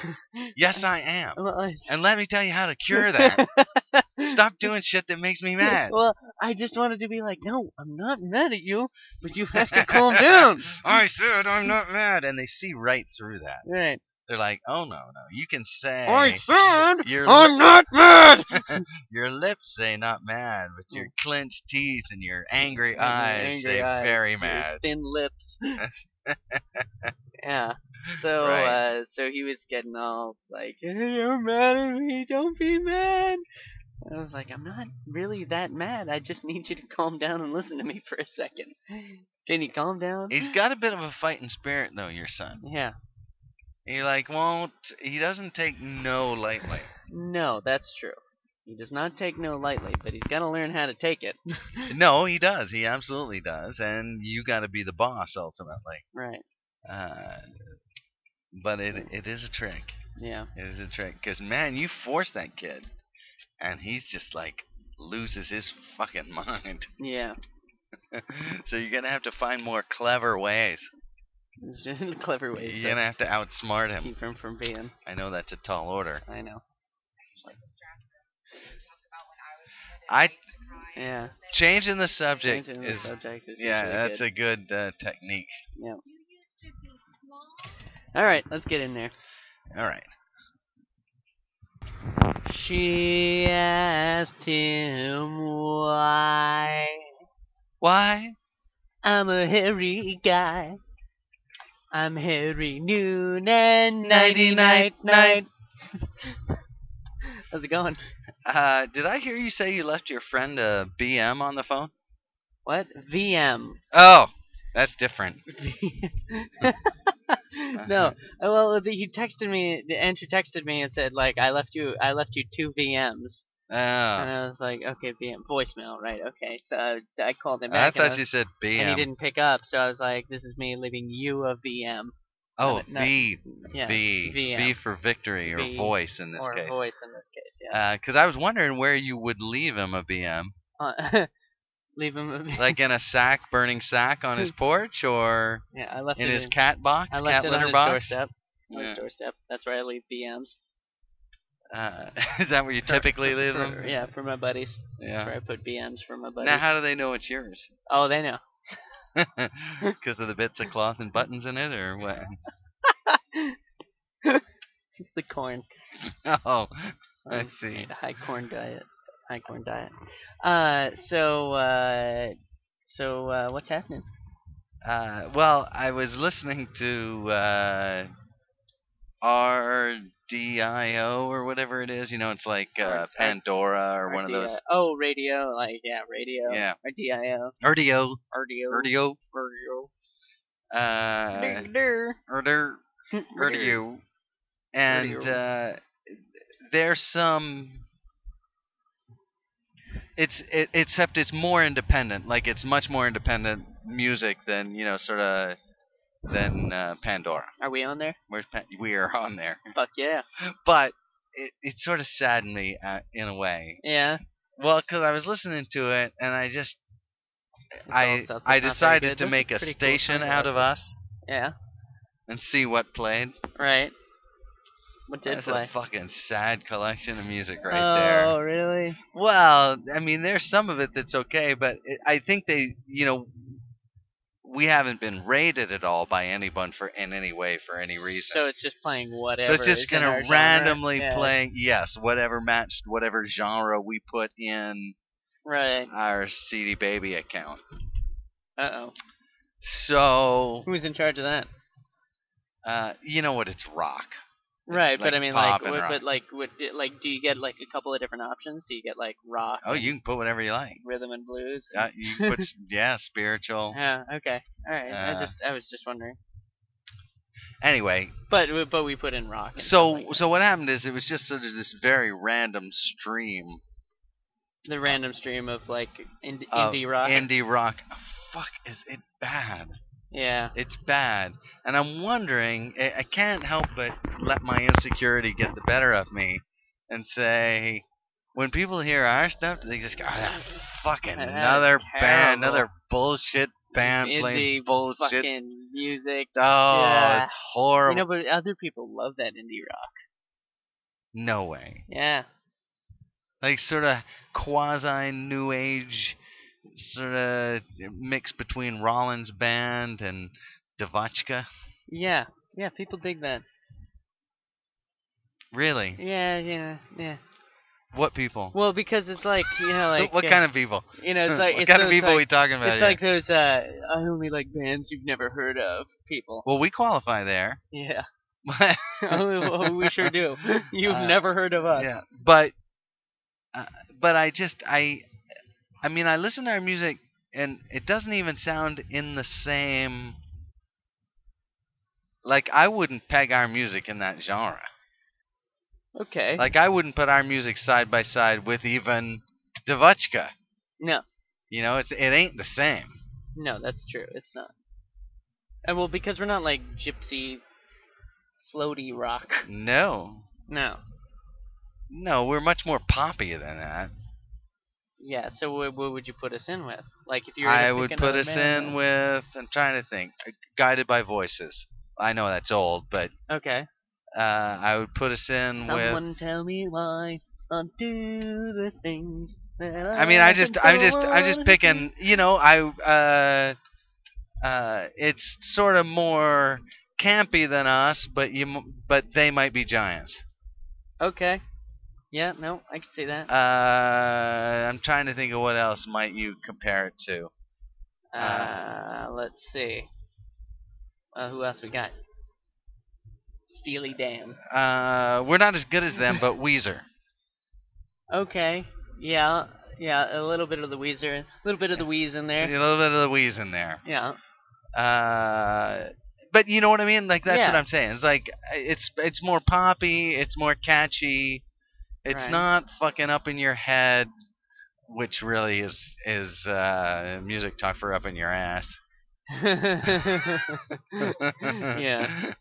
Speaker 4: Yes, I am.
Speaker 2: Oh.
Speaker 4: And let me tell you how to cure that. Stop doing shit that makes me mad.
Speaker 2: Well, I just wanted to be like, no, I'm not mad at you, but you have to calm down.
Speaker 4: I said I'm not mad, and they see right through that.
Speaker 2: Right.
Speaker 4: They're like, oh no, no, you can say
Speaker 2: I said
Speaker 4: your
Speaker 2: I'm not mad.
Speaker 4: your lips say not mad, but your clenched teeth and your angry
Speaker 2: And your
Speaker 4: eyes
Speaker 2: angry
Speaker 4: say
Speaker 2: eyes,
Speaker 4: very
Speaker 2: your
Speaker 4: mad.
Speaker 2: Thin lips.
Speaker 4: That's-
Speaker 2: Yeah. So,
Speaker 4: Right.
Speaker 2: uh, so he was getting all like, "You're mad at me. Don't be mad." I was like, "I'm not really that mad. I just need you to calm down and listen to me for a second. Can you calm down?"
Speaker 4: He's got a bit of a fighting spirit though, your son.
Speaker 2: yeah.
Speaker 4: He like won't. He doesn't take no lightly.
Speaker 2: No, that's true. He does not take no lightly, but he's got to learn how to take it.
Speaker 4: No, he does. He absolutely does. And you got to be the boss ultimately.
Speaker 2: right.
Speaker 4: Uh, but it it is a trick.
Speaker 2: Yeah.
Speaker 4: It is a trick. Cause man, you force that kid, and he's just like loses his fucking mind.
Speaker 2: Yeah.
Speaker 4: so you're gonna have to find more clever ways.
Speaker 2: There's just clever ways
Speaker 4: You're
Speaker 2: to
Speaker 4: gonna have to outsmart him.
Speaker 2: keep him from being.
Speaker 4: I know that's a tall order.
Speaker 2: I know.
Speaker 4: I
Speaker 2: Yeah.
Speaker 4: changing the subject
Speaker 2: Changing the
Speaker 4: is
Speaker 2: subject is
Speaker 4: yeah,
Speaker 2: usually
Speaker 4: that's
Speaker 2: good.
Speaker 4: a good uh, technique.
Speaker 2: All right, let's get in there.
Speaker 4: All right.
Speaker 2: She asked him why
Speaker 4: Why?
Speaker 2: I'm a hairy guy. I'm hairy noon and nighty night night. How's it going?
Speaker 4: Uh, did I hear you say you left your friend a BM on the phone?
Speaker 2: What VM?
Speaker 4: Oh, that's different.
Speaker 2: no. Uh, Well, the- he texted me. The Andrew texted me and said, like, I left you. I left you two VMs. And
Speaker 4: Oh,
Speaker 2: I was like, okay, BM voicemail, right? Okay, so uh, I called him
Speaker 4: I
Speaker 2: back. and I
Speaker 4: thought
Speaker 2: was-
Speaker 4: you said BM.
Speaker 2: and he didn't pick up, so I was like, this is me leaving you a VM.
Speaker 4: oh,
Speaker 2: no,
Speaker 4: V,
Speaker 2: Yeah,
Speaker 4: V,
Speaker 2: VM.
Speaker 4: V for victory or
Speaker 2: V
Speaker 4: voice in this
Speaker 2: or
Speaker 4: case.
Speaker 2: voice in this case, yeah.
Speaker 4: Because I was wondering where you would leave him a BM,
Speaker 2: Uh, leave him a VM.
Speaker 4: like in a sack, burning sack on his porch, or
Speaker 2: yeah, I left
Speaker 4: in
Speaker 2: it
Speaker 4: his cat box,
Speaker 2: I left
Speaker 4: cat
Speaker 2: it on
Speaker 4: litter
Speaker 2: his
Speaker 4: box.
Speaker 2: doorstep. On
Speaker 4: Yeah.
Speaker 2: his doorstep. That's where I leave BMs.
Speaker 4: Uh, is that where you
Speaker 2: For-
Speaker 4: typically leave
Speaker 2: for-
Speaker 4: them?
Speaker 2: Yeah, for my buddies. That's
Speaker 4: Yeah.
Speaker 2: where I put BMs for my buddies.
Speaker 4: Now, how do they know it's yours?
Speaker 2: oh, they know.
Speaker 4: Because of the bits of cloth and buttons in it, or what?
Speaker 2: It's the corn.
Speaker 4: Oh, I
Speaker 2: Um,
Speaker 4: see.
Speaker 2: ate a high corn diet. High corn diet. Uh, so, uh, so uh, what's happening?
Speaker 4: Uh, well, I was listening to uh, RDIO or whatever it is. You know, it's like uh,
Speaker 2: R-
Speaker 4: Pandora or one of
Speaker 2: RDIO.
Speaker 4: those.
Speaker 2: Oh, radio. Like yeah, radio.
Speaker 4: Yeah,
Speaker 2: Or DIO.
Speaker 4: RDO,
Speaker 2: RDO.
Speaker 4: RDO,
Speaker 2: RDO.
Speaker 4: uh,
Speaker 2: Dig der.
Speaker 4: RDO, RDO, and
Speaker 2: RDO.
Speaker 4: uh, there's some. It's it, except it's more independent. Like it's much more independent music than you know, sort of than uh, Pandora.
Speaker 2: Are we on there?
Speaker 4: Where's Pan- we are on there.
Speaker 2: Fuck yeah.
Speaker 4: but it, it sort of saddened me uh, in a way.
Speaker 2: Yeah.
Speaker 4: Well, because I was listening to it and I just
Speaker 2: It's all
Speaker 4: I
Speaker 2: stuff that's not very
Speaker 4: I
Speaker 2: good.
Speaker 4: decided to
Speaker 2: There's
Speaker 4: make
Speaker 2: some
Speaker 4: a
Speaker 2: pretty cool
Speaker 4: station
Speaker 2: songs
Speaker 4: out of us
Speaker 2: Yeah.
Speaker 4: and see what played.
Speaker 2: Right. What did
Speaker 4: That's
Speaker 2: play?
Speaker 4: a fucking sad collection of music right
Speaker 2: Oh,
Speaker 4: there.
Speaker 2: really?
Speaker 4: Well, I mean, there's some of it that's okay, but it, I think they, you know, we haven't been rated at all by anyone for in any way for any reason.
Speaker 2: So it's just playing whatever.
Speaker 4: So it's just
Speaker 2: is in our
Speaker 4: gonna
Speaker 2: genre.
Speaker 4: randomly
Speaker 2: Yeah,
Speaker 4: play, yes, whatever matched whatever genre we put in
Speaker 2: Right.
Speaker 4: our CD Baby account.
Speaker 2: Uh oh.
Speaker 4: So
Speaker 2: Who's in charge of that?
Speaker 4: uh, you know what? It's rock. It's
Speaker 2: Right, but
Speaker 4: like
Speaker 2: I mean, like,
Speaker 4: pop and
Speaker 2: would,
Speaker 4: rock.
Speaker 2: but like, would di- like, do you get like a couple of different options? Do you get like rock?
Speaker 4: Oh,
Speaker 2: and
Speaker 4: you can put whatever you like.
Speaker 2: rhythm and blues.
Speaker 4: Uh, you can put s- yeah, spiritual.
Speaker 2: yeah. Okay. All right. I
Speaker 4: Uh,
Speaker 2: just, I was just wondering.
Speaker 4: Anyway,
Speaker 2: But w- but we put in rock. and stuff
Speaker 4: so
Speaker 2: like that.
Speaker 4: so what happened is it was just sort of this very random stream
Speaker 2: the random stream of like ind-
Speaker 4: of
Speaker 2: indie rock.
Speaker 4: Indie rock. Oh, Fuck, is it bad?
Speaker 2: yeah.
Speaker 4: It's bad, and I'm wondering. I, I can't help but let my insecurity get the better of me, and say, when people hear our stuff, do they just go, ah, fucking
Speaker 2: That's
Speaker 4: another band,
Speaker 2: terrible.
Speaker 4: another bullshit band playing
Speaker 2: Indie
Speaker 4: bullshit.
Speaker 2: Fucking music.
Speaker 4: oh,
Speaker 2: yeah.
Speaker 4: it's horrible.
Speaker 2: You know, but other people love that indie rock.
Speaker 4: no way.
Speaker 2: Yeah.
Speaker 4: Like sort of quasi new age, sort of mix between Rollins band and Devotchka.
Speaker 2: Yeah. Yeah. People dig that.
Speaker 4: Really?
Speaker 2: Yeah. Yeah. Yeah.
Speaker 4: What people?
Speaker 2: Well, because it's like you know, like
Speaker 4: what kind of people? Hmm,
Speaker 2: of you know, it's like
Speaker 4: what
Speaker 2: it's
Speaker 4: kind of
Speaker 2: those,
Speaker 4: people
Speaker 2: like,
Speaker 4: we talking about?
Speaker 2: It's
Speaker 4: here?
Speaker 2: like those uh, I only like bands you've never heard of people.
Speaker 4: well, we qualify there.
Speaker 2: Yeah,
Speaker 4: But-
Speaker 2: Oh, we sure do. You've
Speaker 4: Uh,
Speaker 2: never heard of us.
Speaker 4: yeah, but uh, but I just I I mean I listen to our music and it doesn't even sound in the same. Like I wouldn't peg our music in that genre.
Speaker 2: Okay.
Speaker 4: Like I wouldn't put our music side by side with even Devotchka.
Speaker 2: no,
Speaker 4: You know, it's it ain't the same.
Speaker 2: no, that's true. It's not. And well, because we're not like gypsy, floaty rock.
Speaker 4: No,
Speaker 2: No.
Speaker 4: no, we're much more poppy than that.
Speaker 2: Yeah. So what, what would you put us in with? Like if you were to
Speaker 4: I
Speaker 2: pick
Speaker 4: would put
Speaker 2: another
Speaker 4: us
Speaker 2: band,
Speaker 4: in
Speaker 2: like-
Speaker 4: with. I'm trying to think. Guided by Voices. I know that's old, but
Speaker 2: Okay.
Speaker 4: uh, I would put us in with.
Speaker 2: Someone tell me why I do the things that I.
Speaker 4: I mean, I just, I'm
Speaker 2: don't
Speaker 4: just, I'm just
Speaker 2: wanna do.
Speaker 4: picking. You know, I. Uh, uh, it's sort of more campy than us, but you, m- but they might be giants.
Speaker 2: Okay. Yeah. No, I can see that.
Speaker 4: Uh, I'm trying to think of what else might you compare it to.
Speaker 2: Uh, let's see. Uh, who else we got? Steely Dan.
Speaker 4: Uh, we're not as good as them, but Weezer.
Speaker 2: Okay. Yeah. Yeah. A little bit of the Weezer. A little bit of the Wheeze in
Speaker 4: A
Speaker 2: there.
Speaker 4: little bit of the wheeze in there.
Speaker 2: Yeah.
Speaker 4: Uh, but you know what I mean? Like that's what
Speaker 2: Yeah.
Speaker 4: I'm saying. It's like it's it's more poppy, it's more catchy, It's
Speaker 2: Right.
Speaker 4: not fucking up in your head, which really is is uh, music talk for up in your ass.
Speaker 2: Yeah.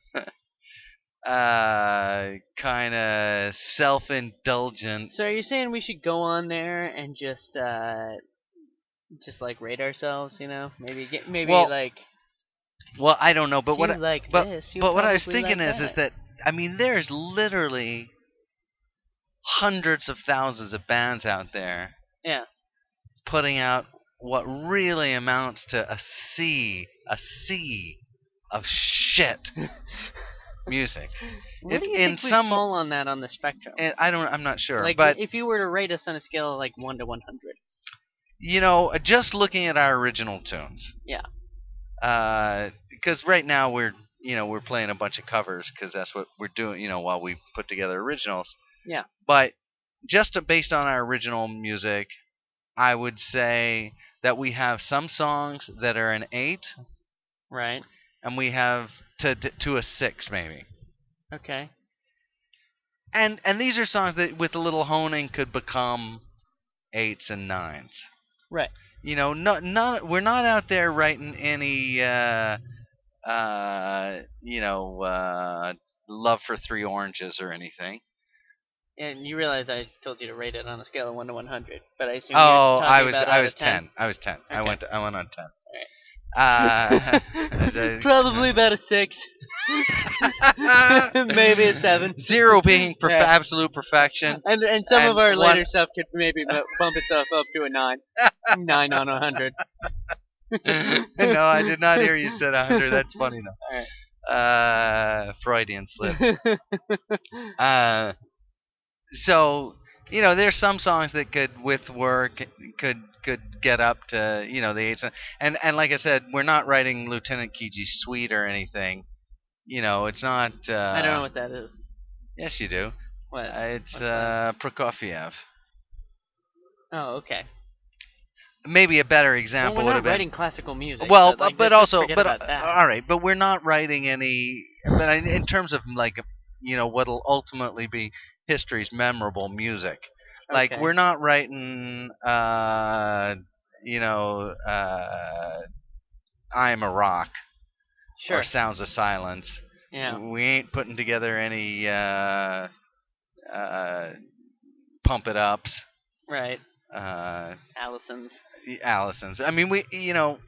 Speaker 4: uh, kind of self-indulgent.
Speaker 2: so are you saying we should go on there and just uh just like rate ourselves, you know? Maybe get maybe
Speaker 4: Well,
Speaker 2: like
Speaker 4: Well, I don't know, but
Speaker 2: you
Speaker 4: what I-
Speaker 2: like
Speaker 4: but-
Speaker 2: this. you
Speaker 4: but what I was
Speaker 2: probably
Speaker 4: thinking
Speaker 2: like
Speaker 4: is is that I mean there's literally hundreds of thousands of bands out there.
Speaker 2: Yeah.
Speaker 4: Putting out what really amounts to a sea, a sea of shit music.
Speaker 2: Where
Speaker 4: it-
Speaker 2: do you
Speaker 4: in
Speaker 2: think we
Speaker 4: some-
Speaker 2: fall on that on the spectrum?
Speaker 4: And I don't I'm not sure,
Speaker 2: like
Speaker 4: but
Speaker 2: if you were to rate us on a scale of like one to one hundred.
Speaker 4: you know, just looking at our original tunes.
Speaker 2: Yeah.
Speaker 4: Uh, because right now we're you know we're playing a bunch of covers because that's what we're doing you know while we put together originals.
Speaker 2: Yeah.
Speaker 4: But just to- based on our original music, I would say that we have some songs that are an eight,
Speaker 2: Right.
Speaker 4: and we have to to a six maybe.
Speaker 2: Okay.
Speaker 4: And and these are songs that with a little honing could become eights and nines.
Speaker 2: Right.
Speaker 4: you know, not not we're not out there writing any uh, uh, you know uh, love for three oranges or anything.
Speaker 2: And you realize I told you to rate it on a scale of one to one hundred, but I assume.
Speaker 4: oh,
Speaker 2: you're
Speaker 4: I
Speaker 2: talking
Speaker 4: was
Speaker 2: about
Speaker 4: I
Speaker 2: out
Speaker 4: was
Speaker 2: of 10.
Speaker 4: ten. I was ten. I
Speaker 2: Okay.
Speaker 4: went I went on ten. Uh, I-
Speaker 2: Probably about a six, maybe a seven.
Speaker 4: Uh, Zero being perf-
Speaker 2: Yeah.
Speaker 4: absolute perfection.
Speaker 2: And and some of
Speaker 4: And
Speaker 2: our
Speaker 4: one-
Speaker 2: later stuff could maybe bu- bump itself up to a nine, nine on a hundred.
Speaker 4: no, I did not hear you said hundred. That's funny though.
Speaker 2: Alright.
Speaker 4: Uh, Freudian slip. Uh, so you know, there's some songs that could, with work, could could get up to you know the eight. son- And and like I said, we're not writing Lieutenant Kiji Sweet or anything. You know, it's not. Uh,
Speaker 2: I don't know what that is.
Speaker 4: Yes, you do.
Speaker 2: What?
Speaker 4: Uh, It's
Speaker 2: What's that?
Speaker 4: uh, Prokofiev.
Speaker 2: oh, okay.
Speaker 4: Maybe a better
Speaker 2: Well,
Speaker 4: example
Speaker 2: we're
Speaker 4: would
Speaker 2: not
Speaker 4: have been.
Speaker 2: writing classical music.
Speaker 4: Well,
Speaker 2: so, like, let's
Speaker 4: but
Speaker 2: just
Speaker 4: also,
Speaker 2: forget
Speaker 4: but uh,
Speaker 2: about that.
Speaker 4: all right, but we're not writing any. But I, in terms of like, you know, what'll ultimately be history's memorable music, like
Speaker 2: Okay.
Speaker 4: we're not writing, uh, you know, uh, "I Am a Rock"
Speaker 2: sure.
Speaker 4: or "Sounds of Silence."
Speaker 2: Yeah.
Speaker 4: We ain't putting together any uh, uh, pump it ups,
Speaker 2: Right.
Speaker 4: uh,
Speaker 2: Allison's.
Speaker 4: Allison's. I mean, we, you know,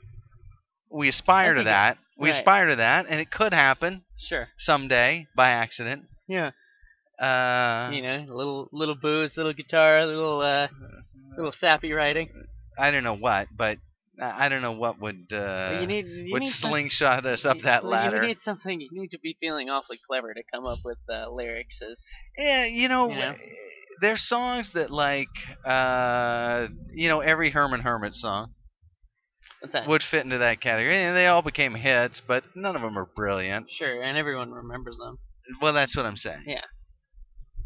Speaker 4: we aspire to
Speaker 2: think it-
Speaker 4: that. we
Speaker 2: right.
Speaker 4: aspire to that, and it could happen.
Speaker 2: Sure.
Speaker 4: someday by accident.
Speaker 2: Yeah.
Speaker 4: Uh,
Speaker 2: you know, little little booze, little guitar, little uh, little sappy writing.
Speaker 4: I don't know what, but I I don't know what would uh,
Speaker 2: you need you
Speaker 4: would
Speaker 2: need some-
Speaker 4: slingshot us up
Speaker 2: you-
Speaker 4: that
Speaker 2: you
Speaker 4: ladder.
Speaker 2: need something. You need to be feeling awfully clever to come up with uh, lyrics. As
Speaker 4: yeah, you know, eh,
Speaker 2: you know?
Speaker 4: there's songs that like uh, you know every Herman Hermit song
Speaker 2: what's that?
Speaker 4: would fit into that category, and they all became hits, but none of them are brilliant.
Speaker 2: Sure, and everyone remembers them.
Speaker 4: Well, that's what I'm saying.
Speaker 2: Yeah.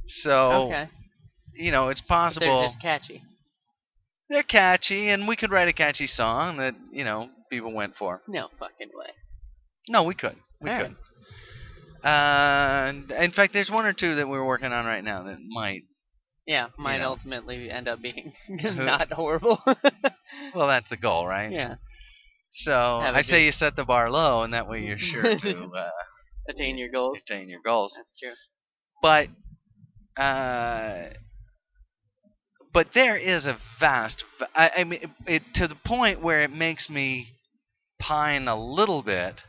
Speaker 4: So
Speaker 2: okay,
Speaker 4: you know, it's
Speaker 2: but they're
Speaker 4: Oh, possible
Speaker 2: just catchy.
Speaker 4: they're catchy, and we could write a catchy song that you know people went for.
Speaker 2: No fucking way.
Speaker 4: No, we could. We
Speaker 2: All right.
Speaker 4: could. Uh, and- in fact, there's one or two that we're working on right now that might.
Speaker 2: Yeah, mine
Speaker 4: know.
Speaker 2: ultimately end up being not horrible.
Speaker 4: Well, that's the goal, right?
Speaker 2: yeah,
Speaker 4: So
Speaker 2: Have a
Speaker 4: I say
Speaker 2: good-
Speaker 4: you set the bar low, and that way you're sure to uh,
Speaker 2: attain your goals.
Speaker 4: attain your goals.
Speaker 2: That's true.
Speaker 4: But, uh, but there is a vast. v- I, I mean, it, it to the point where it makes me pine a little bit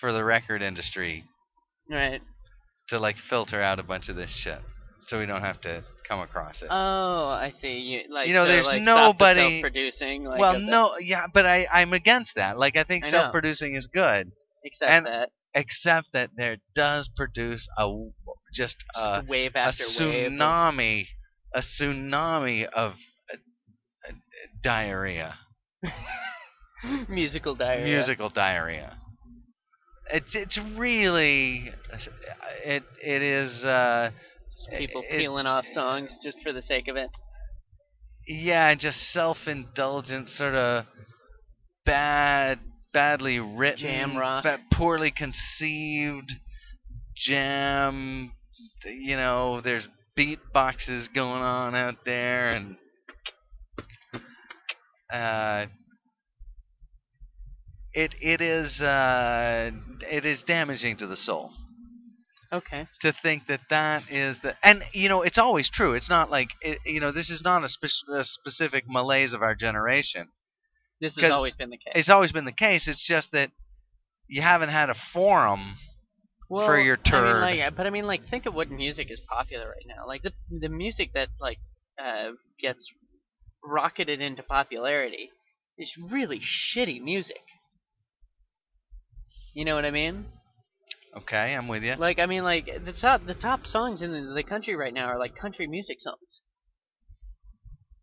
Speaker 4: for the record industry
Speaker 2: Right.
Speaker 4: to like filter out a bunch of this shit, so we don't have to come across it.
Speaker 2: Oh, I see. You like
Speaker 4: You know,
Speaker 2: so,
Speaker 4: there's
Speaker 2: like,
Speaker 4: nobody-
Speaker 2: producing. Like,
Speaker 4: well,
Speaker 2: doesn't
Speaker 4: no, yeah, but I, I'm against that. Like, I think
Speaker 2: I know.
Speaker 4: self producing is good,
Speaker 2: accept
Speaker 4: and-
Speaker 2: that.
Speaker 4: except that there does produce a w- just
Speaker 2: Just
Speaker 4: a,
Speaker 2: wave
Speaker 4: a
Speaker 2: after wave. of-
Speaker 4: tsunami, a tsunami of uh, uh, diarrhea,
Speaker 2: musical diary.
Speaker 4: musical diarrhea. It's it's really uh, it it is uh,
Speaker 2: People
Speaker 4: It's-
Speaker 2: peeling off songs just for the sake of it.
Speaker 4: yeah just self indulgent sort of bad badly written
Speaker 2: Jam rock.
Speaker 4: ba- poorly conceived jam you know there's beatboxes going on out there, and uh, it it is uh, it is damaging to the soul
Speaker 2: Okay.
Speaker 4: to think that that is the and you know it's always true it's not like it, you know this is not a, spec- a specific malaise of our generation
Speaker 2: This has
Speaker 4: 'Cause
Speaker 2: always been the case.
Speaker 4: it's always been the case it's just that you haven't had a forum
Speaker 2: well,
Speaker 4: for your
Speaker 2: I
Speaker 4: turd.
Speaker 2: mean, like, but I mean, like, think of what music is popular right now. Like the the music that like uh, gets rocketed into popularity is really shitty music. You know what I mean?
Speaker 4: okay i'm with you
Speaker 2: Like, I mean, like the top the top songs in the, the country right now are like country music songs.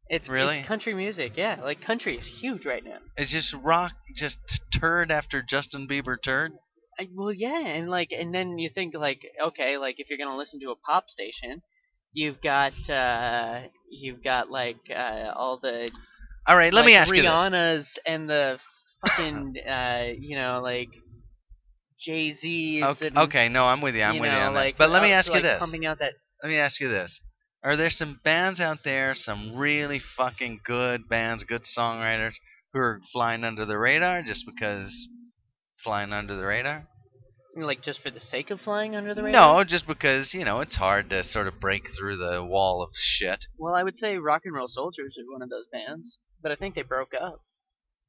Speaker 2: It's
Speaker 4: Really?
Speaker 2: it's country music, yeah. Like country is huge right now.
Speaker 4: it's just rock just turd after justin bieber turd
Speaker 2: I, well, yeah, and like, and then you think like, okay, like if you're gonna listen to a pop station, you've got uh, you've got like uh, all the
Speaker 4: all right let me
Speaker 2: like,
Speaker 4: ask you this
Speaker 2: Rihanna's and the fucking uh, you know like Jay Z's.
Speaker 4: okay, okay, no i'm with you i'm
Speaker 2: you
Speaker 4: with
Speaker 2: know,
Speaker 4: you on that.
Speaker 2: like,
Speaker 4: but let me
Speaker 2: up-
Speaker 4: ask you
Speaker 2: like,
Speaker 4: this
Speaker 2: Pumping out that
Speaker 4: let me ask you this are there some bands out there some really fucking good bands good songwriters who are flying under the radar just because flying under the radar
Speaker 2: like just for the sake of flying under the radar.
Speaker 4: no just because you know it's hard to sort of break through the wall of shit
Speaker 2: Well, I would say Rock and Roll Soldiers is one of those bands, but I think they broke up.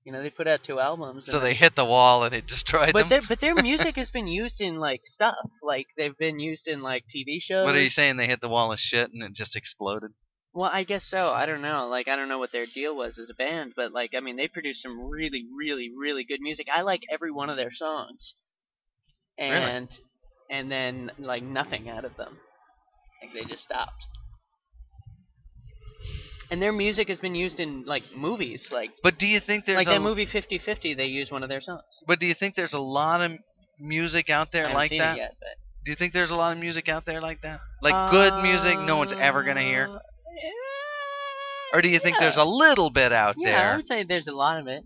Speaker 2: You know, they put out two albums. and
Speaker 4: so
Speaker 2: then-
Speaker 4: they hit the wall and it destroyed
Speaker 2: but
Speaker 4: them
Speaker 2: their but their music has been used in like stuff. Like they've been used in like TV shows.
Speaker 4: what are you saying they hit the wall of shit and it just exploded
Speaker 2: Well, I guess so. I don't know. Like I don't know what their deal was as a band, but like I mean, they produced some really, really, really good music. I like every one of their songs.
Speaker 4: Really?
Speaker 2: And and then like nothing out of them. Like they just stopped. And their music has been used in like movies, like
Speaker 4: but do you think there's
Speaker 2: like
Speaker 4: a
Speaker 2: that movie 50-50, They use one of their songs.
Speaker 4: but do you think there's a lot of music out
Speaker 2: I
Speaker 4: there
Speaker 2: haven't
Speaker 4: like
Speaker 2: seen
Speaker 4: that
Speaker 2: it yet, but
Speaker 4: do you think there's a lot of music out there like that like good music no one's ever gonna hear
Speaker 2: Uh,
Speaker 4: Or do you think
Speaker 2: yeah.
Speaker 4: there's a little bit out
Speaker 2: Yeah, I
Speaker 4: there?
Speaker 2: would say there's a lot of it.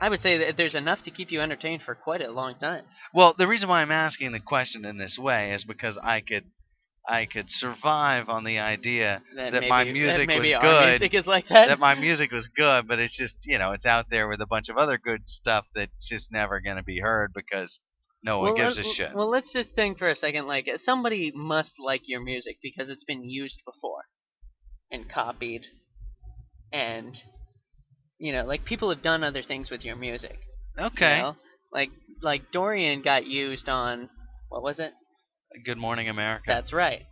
Speaker 2: I would say that there's enough to keep you entertained for quite a long time.
Speaker 4: Well, the reason why I'm asking the question in this way is because I could I could survive on the idea
Speaker 2: That,
Speaker 4: That my
Speaker 2: maybe-
Speaker 4: music
Speaker 2: maybe
Speaker 4: was
Speaker 2: our
Speaker 4: good,
Speaker 2: music is like that.
Speaker 4: that my music was good, but it's just, you know, it's out there with a bunch of other good stuff that's just never going to be heard because no one gives a
Speaker 2: let's-
Speaker 4: shit.
Speaker 2: Well, let's just think for a second. Like somebody must like your music because it's been used before, and copied, and you know, like people have done other things with your music. you
Speaker 4: okay.
Speaker 2: know? Like like Dorian got used on what was it?
Speaker 4: Good morning America.
Speaker 2: That's right.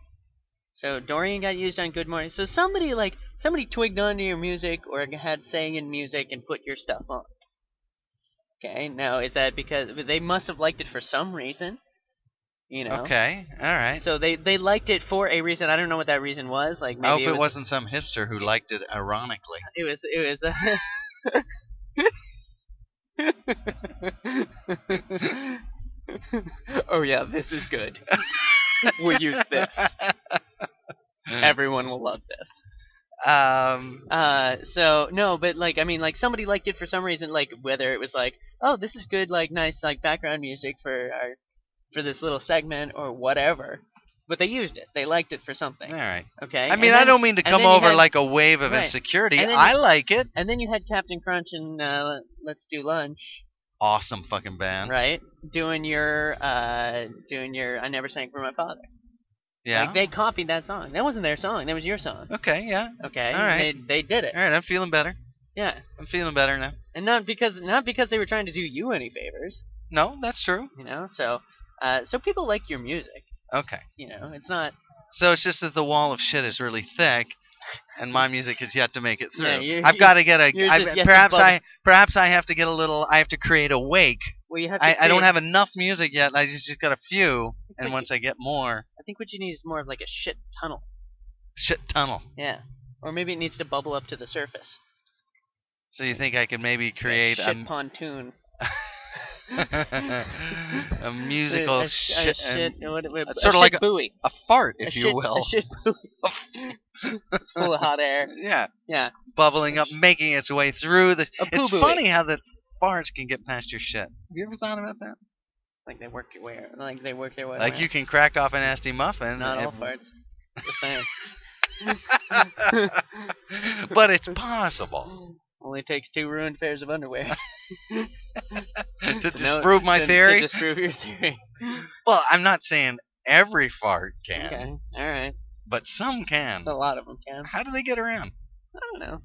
Speaker 2: So Dorian got used on Good Morning. So somebody like somebody twigged onto your music or had saying in music and put your stuff on. Okay, now is that because they must have liked it for some reason? You know.
Speaker 4: Okay. All right.
Speaker 2: So they they liked it for a reason. I don't know what that reason was. Like maybe
Speaker 4: I hope
Speaker 2: it,
Speaker 4: it
Speaker 2: was,
Speaker 4: wasn't some hipster who liked it ironically.
Speaker 2: It was. It was. uh, oh yeah, this is good. we'll use this. Everyone will love this.
Speaker 4: um,
Speaker 2: Uh, so no, but like I mean, like somebody liked it for some reason, like whether it was like, oh, this is good, like nice, like background music for our for this little segment or whatever. But they used it. They liked it for something.
Speaker 4: all right.
Speaker 2: Okay.
Speaker 4: I mean,
Speaker 2: and
Speaker 4: I
Speaker 2: then-
Speaker 4: don't mean to
Speaker 2: and
Speaker 4: come
Speaker 2: then you
Speaker 4: over
Speaker 2: had-
Speaker 4: like a wave of
Speaker 2: Right.
Speaker 4: insecurity.
Speaker 2: And then
Speaker 4: I
Speaker 2: you-
Speaker 4: like it.
Speaker 2: And then you had Captain Crunch and uh, Let's Do Lunch,
Speaker 4: Awesome fucking band.
Speaker 2: right? Doing your uh, doing your I Never Sang for My Father.
Speaker 4: Yeah.
Speaker 2: Like they copied that song. That wasn't their song. That was your song.
Speaker 4: Okay, yeah.
Speaker 2: Okay.
Speaker 4: All
Speaker 2: They
Speaker 4: right.
Speaker 2: they did it.
Speaker 4: All right, I'm feeling better.
Speaker 2: Yeah.
Speaker 4: I'm feeling better now.
Speaker 2: And not because not because they were trying to do you any favors.
Speaker 4: No, that's true.
Speaker 2: you know so uh, so people like your music
Speaker 4: Okay.
Speaker 2: you know it's not
Speaker 4: So it's just that the wall of shit is really thick and my music has yet to make it through.
Speaker 2: Yeah, you're-
Speaker 4: I've got to get a
Speaker 2: you're
Speaker 4: I've-
Speaker 2: just yet to
Speaker 4: perhaps
Speaker 2: bubble.
Speaker 4: I perhaps I have to get a little I have to create a wake.
Speaker 2: well you have to
Speaker 4: I, I don't
Speaker 2: create-
Speaker 4: have enough music yet. I just, just got a few
Speaker 2: Thank
Speaker 4: and once I get more
Speaker 2: i think what you need is more of like a shit tunnel
Speaker 4: shit tunnel.
Speaker 2: yeah or maybe it needs to bubble up to the surface
Speaker 4: So you think I could maybe create
Speaker 2: shit
Speaker 4: a,
Speaker 2: pontoon
Speaker 4: a
Speaker 2: A-
Speaker 4: musical
Speaker 2: a, sh- a
Speaker 4: shit,
Speaker 2: shit what, what,
Speaker 4: it's
Speaker 2: a
Speaker 4: sorta
Speaker 2: shit
Speaker 4: like a-
Speaker 2: buoy
Speaker 4: a fart
Speaker 2: A
Speaker 4: if
Speaker 2: shit-
Speaker 4: you will.
Speaker 2: a shit buoy it's full of hot air
Speaker 4: Yeah.
Speaker 2: yeah
Speaker 4: bubbling up, making its way through the.
Speaker 2: A
Speaker 4: It's
Speaker 2: poo-buoy.
Speaker 4: funny how the farts can get past your shit. Have you ever thought about that?
Speaker 2: like they work your way like they work their way
Speaker 4: Like
Speaker 2: around.
Speaker 4: you can crack off a nasty muffin.
Speaker 2: not all
Speaker 4: if-
Speaker 2: parts Just saying.
Speaker 4: but it's possible
Speaker 2: Only takes two ruined pairs of underwear.
Speaker 4: to
Speaker 2: To know-
Speaker 4: disprove my
Speaker 2: to-
Speaker 4: theory.
Speaker 2: To disprove your theory.
Speaker 4: Well, I'm not saying every fart can,
Speaker 2: Okay. All right.
Speaker 4: but some can.
Speaker 2: A lot of them can.
Speaker 4: How do they get around?
Speaker 2: I don't know.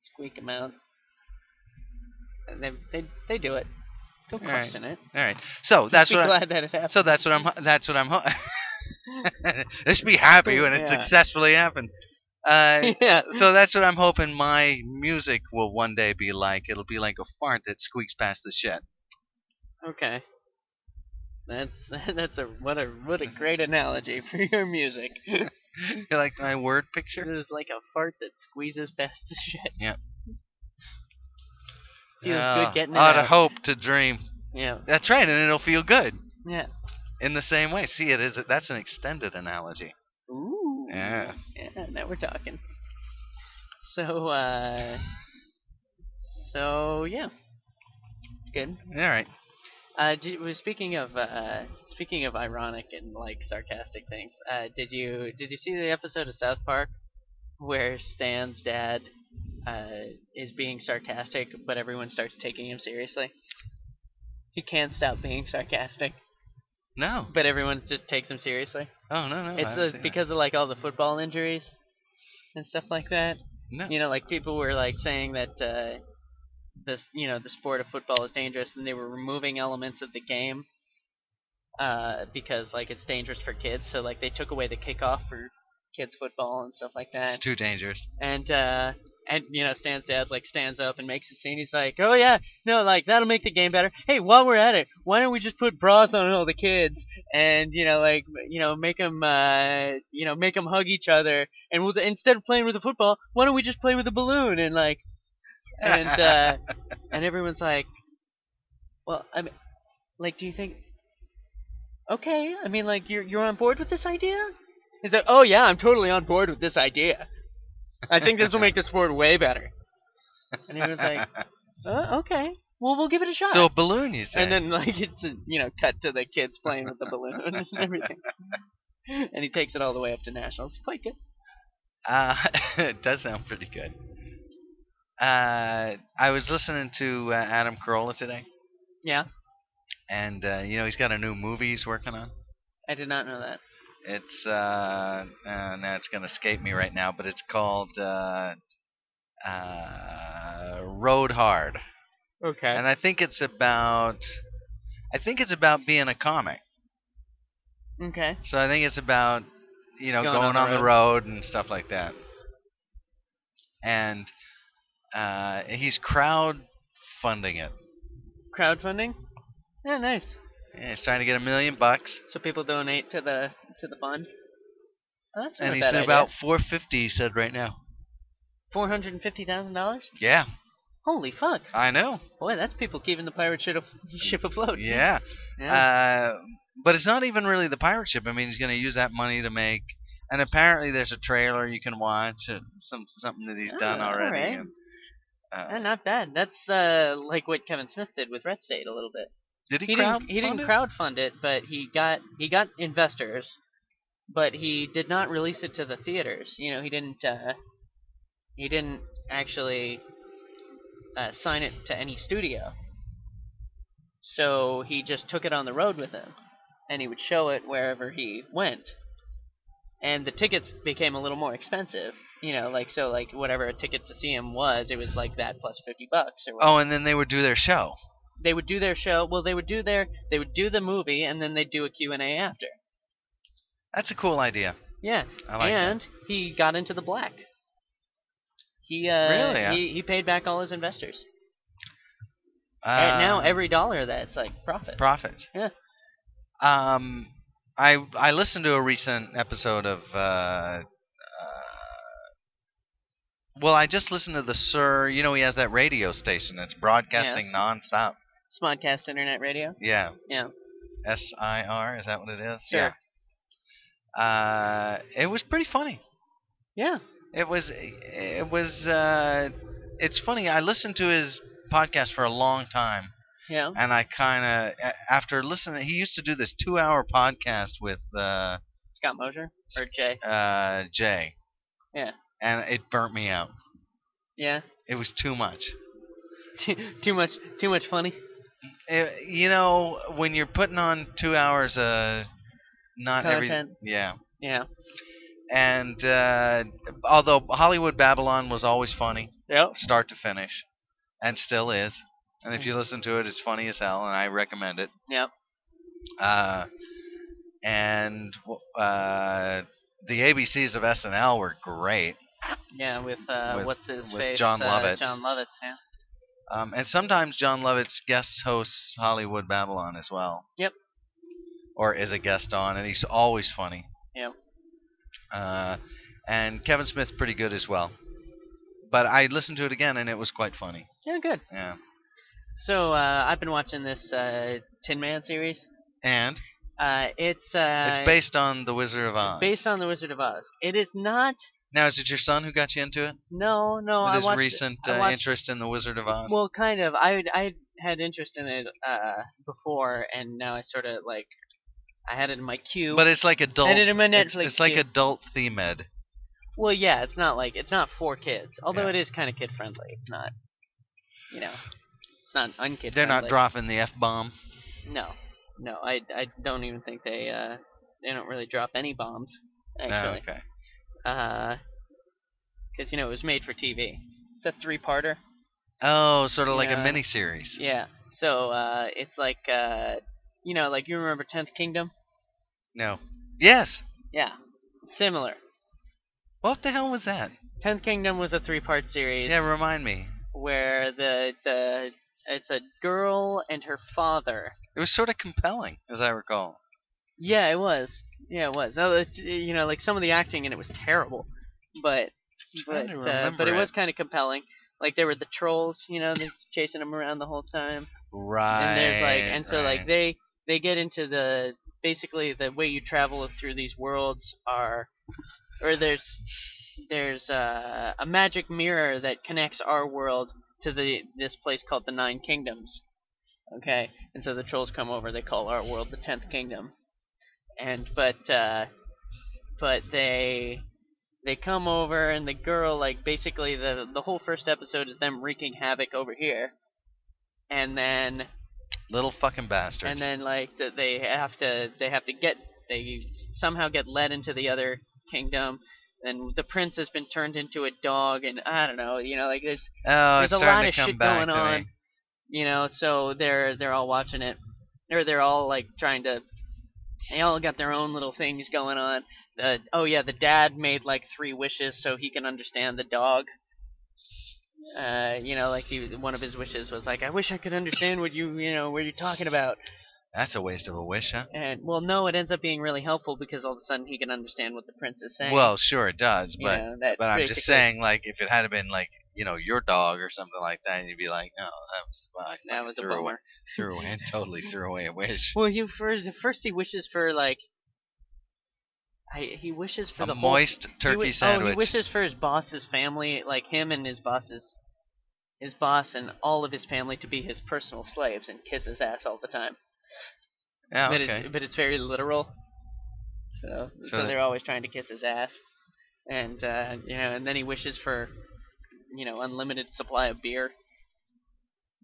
Speaker 2: Squeak them out. And They, they, they do it. Don't
Speaker 4: All right.
Speaker 2: question it.
Speaker 4: All right. So that's
Speaker 2: Be
Speaker 4: what. I,
Speaker 2: glad that it happened.
Speaker 4: so that's what I'm. ho- That's what I'm. ho- Let's be happy when it
Speaker 2: Yeah.
Speaker 4: successfully happens. Uh,
Speaker 2: yeah.
Speaker 4: so that's what I'm hoping my music will one day be like. It'll be like a fart that squeaks past the shed.
Speaker 2: Okay. That's that's a what a what a great analogy for your music. it
Speaker 4: You like my word picture?
Speaker 2: is like a fart that squeezes past the shit.
Speaker 4: Yep.
Speaker 2: Feels
Speaker 4: Yeah.
Speaker 2: good getting it
Speaker 4: Ought to
Speaker 2: out.
Speaker 4: Oh, hope to dream.
Speaker 2: Yeah.
Speaker 4: That's right, and it'll feel good
Speaker 2: Yeah.
Speaker 4: in the same way. See, it is. That's an extended analogy.
Speaker 2: Ooh.
Speaker 4: Yeah.
Speaker 2: Yeah, now we're talking. So uh so yeah. It's good.
Speaker 4: All right.
Speaker 2: Uh, did, well, speaking of uh, speaking of ironic and like sarcastic things, uh, did you did you see the episode of South Park where Stan's dad uh, is being sarcastic, but everyone starts taking him seriously? He can't stop being sarcastic,
Speaker 4: No.
Speaker 2: but everyone just takes him seriously.
Speaker 4: Oh no no. I
Speaker 2: it's
Speaker 4: haven't
Speaker 2: uh
Speaker 4: seen
Speaker 2: because of like all the football injuries and stuff like that.
Speaker 4: it. no.
Speaker 2: You know, like people were like saying that uh, this, you know, the sport of football is dangerous, and they were removing elements of the game uh, because like it's dangerous for kids. So like they took away the kickoff for kids football and stuff like
Speaker 4: It's
Speaker 2: that.
Speaker 4: too dangerous.
Speaker 2: And uh, and you know, Stan's dad like stands up and makes a scene. He's like, "Oh yeah, no, like that'll make the game better. Hey, while we're at it, why don't we just put bras on all the kids and you know, like you know, make them, uh, you know, make them hug each other. And we'll instead of playing with the football, why don't we just play with the balloon and like, and uh, and everyone's like, well, I mean, like, do you think? Okay, I mean, like, you're you're on board with this idea? He's like, oh yeah, I'm totally on board with this idea. I think this will make the sport way better. And everyone's like, uh, okay, well, we'll give it a shot.
Speaker 4: so a balloon, you say?
Speaker 2: And then like it's a, you know cut to the kids playing with the balloon and everything. And he takes it all the way up to nationals. Quite good.
Speaker 4: uh, it does sound pretty good. Uh, I was listening to uh, Adam Carolla today,
Speaker 2: Yeah,
Speaker 4: and uh, you know he's got a new movie he's working on.
Speaker 2: I did not know that.
Speaker 4: It's uh, uh now it's gonna escape me right now, but it's called uh, uh, Road Hard,
Speaker 2: Okay.
Speaker 4: and I think it's about I think it's about being a comic.
Speaker 2: Okay.
Speaker 4: So I think it's about you know going, on, the, road and stuff like that. And uh, he's crowd funding it.
Speaker 2: Crowdfunding. Yeah, nice.
Speaker 4: Yeah, he's trying to get a million bucks,
Speaker 2: So people donate to the to the fund. Oh, that's not
Speaker 4: and
Speaker 2: a
Speaker 4: he's
Speaker 2: bad
Speaker 4: at about 450. He said right now.
Speaker 2: four hundred and fifty thousand dollars.
Speaker 4: Yeah,
Speaker 2: Holy fuck!
Speaker 4: I know.
Speaker 2: Boy, that's people keeping the pirate ship, af- ship afloat.
Speaker 4: Yeah,
Speaker 2: Yeah.
Speaker 4: uh, but it's not even really the pirate ship. I mean, he's going to use that money to make. And apparently, there's a trailer you can watch, and some something that he's done
Speaker 2: Oh, all
Speaker 4: already.
Speaker 2: right.
Speaker 4: and, uh,
Speaker 2: Yeah, not bad. That's uh, like what Kevin Smith did with Red State a little bit.
Speaker 4: did he,
Speaker 2: he
Speaker 4: crowd?
Speaker 2: didn't he didn't
Speaker 4: fund it?
Speaker 2: crowdfund it, but he got he got investors, but he did not release it to the theaters. You know, he didn't uh, he didn't actually uh, sign it to any studio. So he just took it on the road with him, and he would show it wherever he went. And the tickets became a little more expensive, you know, like so, like whatever a ticket to see him was, it was like that plus fifty bucks or whatever
Speaker 4: Oh, and then they would do their show.
Speaker 2: they would do their show. Well, they would do their they would do the movie and then they'd do a Q and A after.
Speaker 4: That's a cool idea.
Speaker 2: Yeah,
Speaker 4: I like that.
Speaker 2: and he got into the black. He uh,
Speaker 4: Really?
Speaker 2: he, he paid back all his investors. and now
Speaker 4: Um,
Speaker 2: every dollar that's like profit.
Speaker 4: profits.
Speaker 2: Yeah.
Speaker 4: Um, I I listened to a recent episode of. Uh, uh, well, I just listened to the Sir. You know, he has that radio station that's broadcasting
Speaker 2: Yes.
Speaker 4: nonstop.
Speaker 2: Smodcast Internet Radio.
Speaker 4: Yeah.
Speaker 2: Yeah.
Speaker 4: S I R is that what it is?
Speaker 2: Sure.
Speaker 4: Yeah. Uh, it was pretty funny.
Speaker 2: Yeah.
Speaker 4: It was. It was. Uh, it's funny. I listened to his podcast for a long time.
Speaker 2: Yeah.
Speaker 4: and I kind of after listening, he used to do this two-hour podcast with uh,
Speaker 2: Scott Mosier or Jay.
Speaker 4: Uh, Jay.
Speaker 2: Yeah.
Speaker 4: And it burnt me out.
Speaker 2: Yeah,
Speaker 4: It was too much.
Speaker 2: too, too much, too much funny.
Speaker 4: It, you know, when you're putting on two hours uh, not every
Speaker 2: Content.
Speaker 4: yeah.
Speaker 2: Yeah.
Speaker 4: And uh, although Hollywood Babylon was always funny,
Speaker 2: Yep.
Speaker 4: start to finish, and still is. And if you listen to it, it's funny as hell, and I recommend it.
Speaker 2: Yep.
Speaker 4: Uh, and uh, the ABCs of SNL were great.
Speaker 2: Yeah, with, uh,
Speaker 4: With-
Speaker 2: what's his
Speaker 4: with
Speaker 2: face?
Speaker 4: John
Speaker 2: uh,
Speaker 4: Lovitz.
Speaker 2: John Lovitz. Yeah.
Speaker 4: Um, and sometimes John Lovitz guest hosts Hollywood Babylon as well.
Speaker 2: Yep.
Speaker 4: Or is a guest on, and he's always funny.
Speaker 2: Yep.
Speaker 4: Uh, and Kevin Smith's pretty good as well. But I listened to it again, and it was quite funny.
Speaker 2: Yeah, good.
Speaker 4: Yeah.
Speaker 2: So uh, I've been watching this uh, Tin Man series.
Speaker 4: And
Speaker 2: Uh, it's uh,
Speaker 4: it's based on The Wizard of Oz.
Speaker 2: based on the Wizard of Oz. It is not.
Speaker 4: now, is it your son who got you into it?
Speaker 2: No, no.
Speaker 4: With
Speaker 2: I
Speaker 4: his
Speaker 2: watched.
Speaker 4: recent
Speaker 2: I
Speaker 4: uh,
Speaker 2: watched-
Speaker 4: interest in The Wizard of Oz?
Speaker 2: Well, kind of. I had- I had- had interest in it uh, before, and now I sort of like I had it in my queue.
Speaker 4: but it's like adult.
Speaker 2: And it in my
Speaker 4: it's,
Speaker 2: Netflix
Speaker 4: it's like
Speaker 2: queue.
Speaker 4: adult themed.
Speaker 2: well, yeah, it's not like it's not for kids, although
Speaker 4: Yeah.
Speaker 2: it is kind of kid friendly. It's not, you know, it's not unkid.
Speaker 4: They're not
Speaker 2: friendly.
Speaker 4: dropping the f bomb.
Speaker 2: No, no. I I don't even think they uh they don't really drop any bombs actually.
Speaker 4: Oh, okay.
Speaker 2: Uh, because you know it was made for TV. It's a three-parter.
Speaker 4: Oh, sort of like
Speaker 2: Yeah.
Speaker 4: a mini series.
Speaker 2: Yeah. So uh, it's like uh, you know, like you remember Tenth Kingdom?
Speaker 4: No. Yes.
Speaker 2: Yeah. Similar.
Speaker 4: What the hell was that?
Speaker 2: Tenth Kingdom was a three-part series.
Speaker 4: Yeah, remind me.
Speaker 2: where the the it's a girl and her father.
Speaker 4: It was sort of compelling, as I recall.
Speaker 2: Yeah, it was. Yeah, it was. Oh, it, you know, like some of the acting in it was terrible, but
Speaker 4: trying
Speaker 2: but
Speaker 4: to
Speaker 2: uh, but
Speaker 4: remember
Speaker 2: it
Speaker 4: it.
Speaker 2: was kind of compelling. Like there were the trolls, you know, that's chasing them around the whole time.
Speaker 4: Right.
Speaker 2: and there's like and so like
Speaker 4: right.
Speaker 2: they they get into the basically the way you travel through these worlds are or there's there's uh, a magic mirror that connects our world to the this place called the nine kingdoms okay and so the trolls come over they call our world the tenth kingdom and but uh but they they come over and the girl like basically the the whole first episode is them wreaking havoc over here and then
Speaker 4: little fucking bastards.
Speaker 2: and then like that they have to they have to get they somehow get led into the other kingdom and the prince has been turned into a dog and i don't know you know like there's
Speaker 4: oh,
Speaker 2: there's
Speaker 4: it's
Speaker 2: a
Speaker 4: starting
Speaker 2: lot
Speaker 4: to
Speaker 2: of
Speaker 4: come
Speaker 2: shit
Speaker 4: back
Speaker 2: going
Speaker 4: to
Speaker 2: on
Speaker 4: me.
Speaker 2: you know so they're they're all watching it or they're all like trying to they all got their own little things going on the oh yeah the dad made like three wishes so he can understand the dog uh, you know, like he, one of his wishes was like, "I wish I could understand what you, you know, what you're talking about."
Speaker 4: That's a waste of a wish, huh?
Speaker 2: And well, no, it ends up being really helpful because all of a sudden he can understand what the prince is saying.
Speaker 4: Well, sure it does,
Speaker 2: You
Speaker 4: but
Speaker 2: know, that
Speaker 4: but I'm just
Speaker 2: basically-
Speaker 4: saying, like, if it had been like you know your dog or something like that, you'd be like, no, that was well, I
Speaker 2: that
Speaker 4: fucking
Speaker 2: was a
Speaker 4: threw Away,
Speaker 2: bummer.
Speaker 4: threw away, totally threw away a wish.
Speaker 2: Well, he first first he wishes for like, I, he wishes for
Speaker 4: a
Speaker 2: the
Speaker 4: moist
Speaker 2: whole, he
Speaker 4: turkey
Speaker 2: wi- Oh,
Speaker 4: sandwich.
Speaker 2: he wishes for his boss's family, like him and his boss's, his boss and all of his family to be his personal slaves and kiss his ass all the time.
Speaker 4: yeah,
Speaker 2: but
Speaker 4: Oh, okay.
Speaker 2: it's but it's very literal. So so,
Speaker 4: So that-
Speaker 2: they're always trying to kiss his ass, and uh, you know, and then he wishes for, you know, unlimited supply of beer.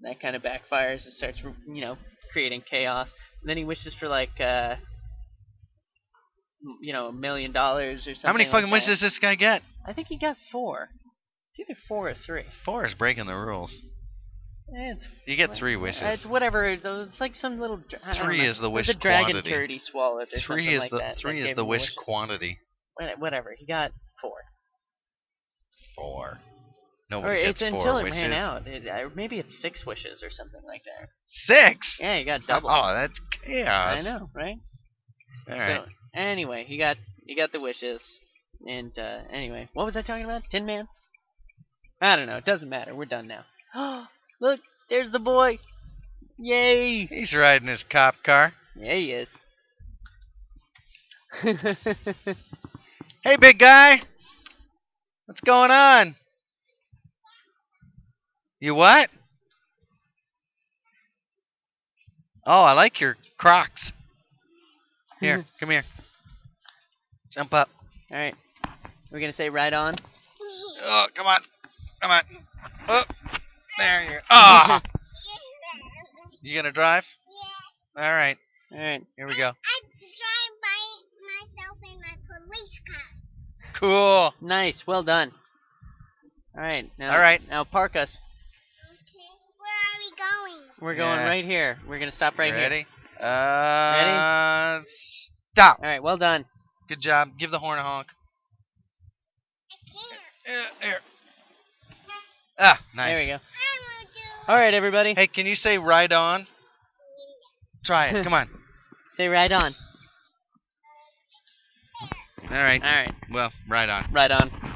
Speaker 2: That kind of backfires. It starts you know creating chaos. And then he wishes for like. Uh, m- you know, a million dollars or something.
Speaker 4: How many
Speaker 2: like
Speaker 4: fucking
Speaker 2: that.
Speaker 4: wishes does this guy get?
Speaker 2: I think he got four. It's either four or three.
Speaker 4: Four is breaking the rules.
Speaker 2: Eh, It's
Speaker 4: You get
Speaker 2: what-
Speaker 4: three
Speaker 2: It's
Speaker 4: wishes.
Speaker 2: whatever. It's it's like some little. dra- I don't
Speaker 4: Three
Speaker 2: know.
Speaker 4: is the
Speaker 2: It was
Speaker 4: wish
Speaker 2: a dragon
Speaker 4: quantity.
Speaker 2: turd he swallowed. Or
Speaker 4: Three
Speaker 2: something
Speaker 4: is
Speaker 2: like
Speaker 4: the
Speaker 2: that, that
Speaker 4: three is
Speaker 2: gave
Speaker 4: the
Speaker 2: him
Speaker 4: wish
Speaker 2: wishes.
Speaker 4: quantity.
Speaker 2: Wha- Whatever. He got four.
Speaker 4: Four.
Speaker 2: or
Speaker 4: Nobody
Speaker 2: it's
Speaker 4: Oh, gets
Speaker 2: until
Speaker 4: four
Speaker 2: it
Speaker 4: wishes.
Speaker 2: ran out. It, uh, maybe it's six wishes or something like that.
Speaker 4: Six.
Speaker 2: Yeah, he got double.
Speaker 4: Oh, that's
Speaker 2: I
Speaker 4: chaos.
Speaker 2: know, right?
Speaker 4: All right.
Speaker 2: So anyway, he got he got the wishes. And uh, anyway, what was I talking about? Tin Man. I don't know. It doesn't matter. We're done now. Look, there's the boy. Yay!
Speaker 4: He's riding his cop car.
Speaker 2: Yeah, he is.
Speaker 4: Hey, big guy. What's going on? You what?
Speaker 2: Hmm.
Speaker 4: Oh, I like your Crocs. Here, come here. Jump up.
Speaker 2: All right. We're gonna say right on.
Speaker 4: Oh, come on. Come on. Oh, there you go. Ah! you gonna drive?
Speaker 3: Yeah,
Speaker 4: All right.
Speaker 2: All right.
Speaker 4: Here we go.
Speaker 3: I'm driving by myself in my police car.
Speaker 4: Cool.
Speaker 2: Nice. Well done. All right. Now,
Speaker 4: All right.
Speaker 2: Now park us.
Speaker 3: Okay, where are we going?
Speaker 2: We're going
Speaker 4: Yeah.
Speaker 2: right here. We're gonna stop right here.
Speaker 4: Ready? Uh, Stop.
Speaker 2: All right. Well done.
Speaker 4: Good job. Give the horn a honk.
Speaker 3: I can't.
Speaker 4: Yeah, there. Ah, nice.
Speaker 2: There we go.
Speaker 3: I want to do.
Speaker 2: All right, everybody.
Speaker 4: Hey, can you say right on? Try it. Come on.
Speaker 2: Say right on.
Speaker 4: All right.
Speaker 2: All right.
Speaker 4: Well, right on.
Speaker 2: Right on.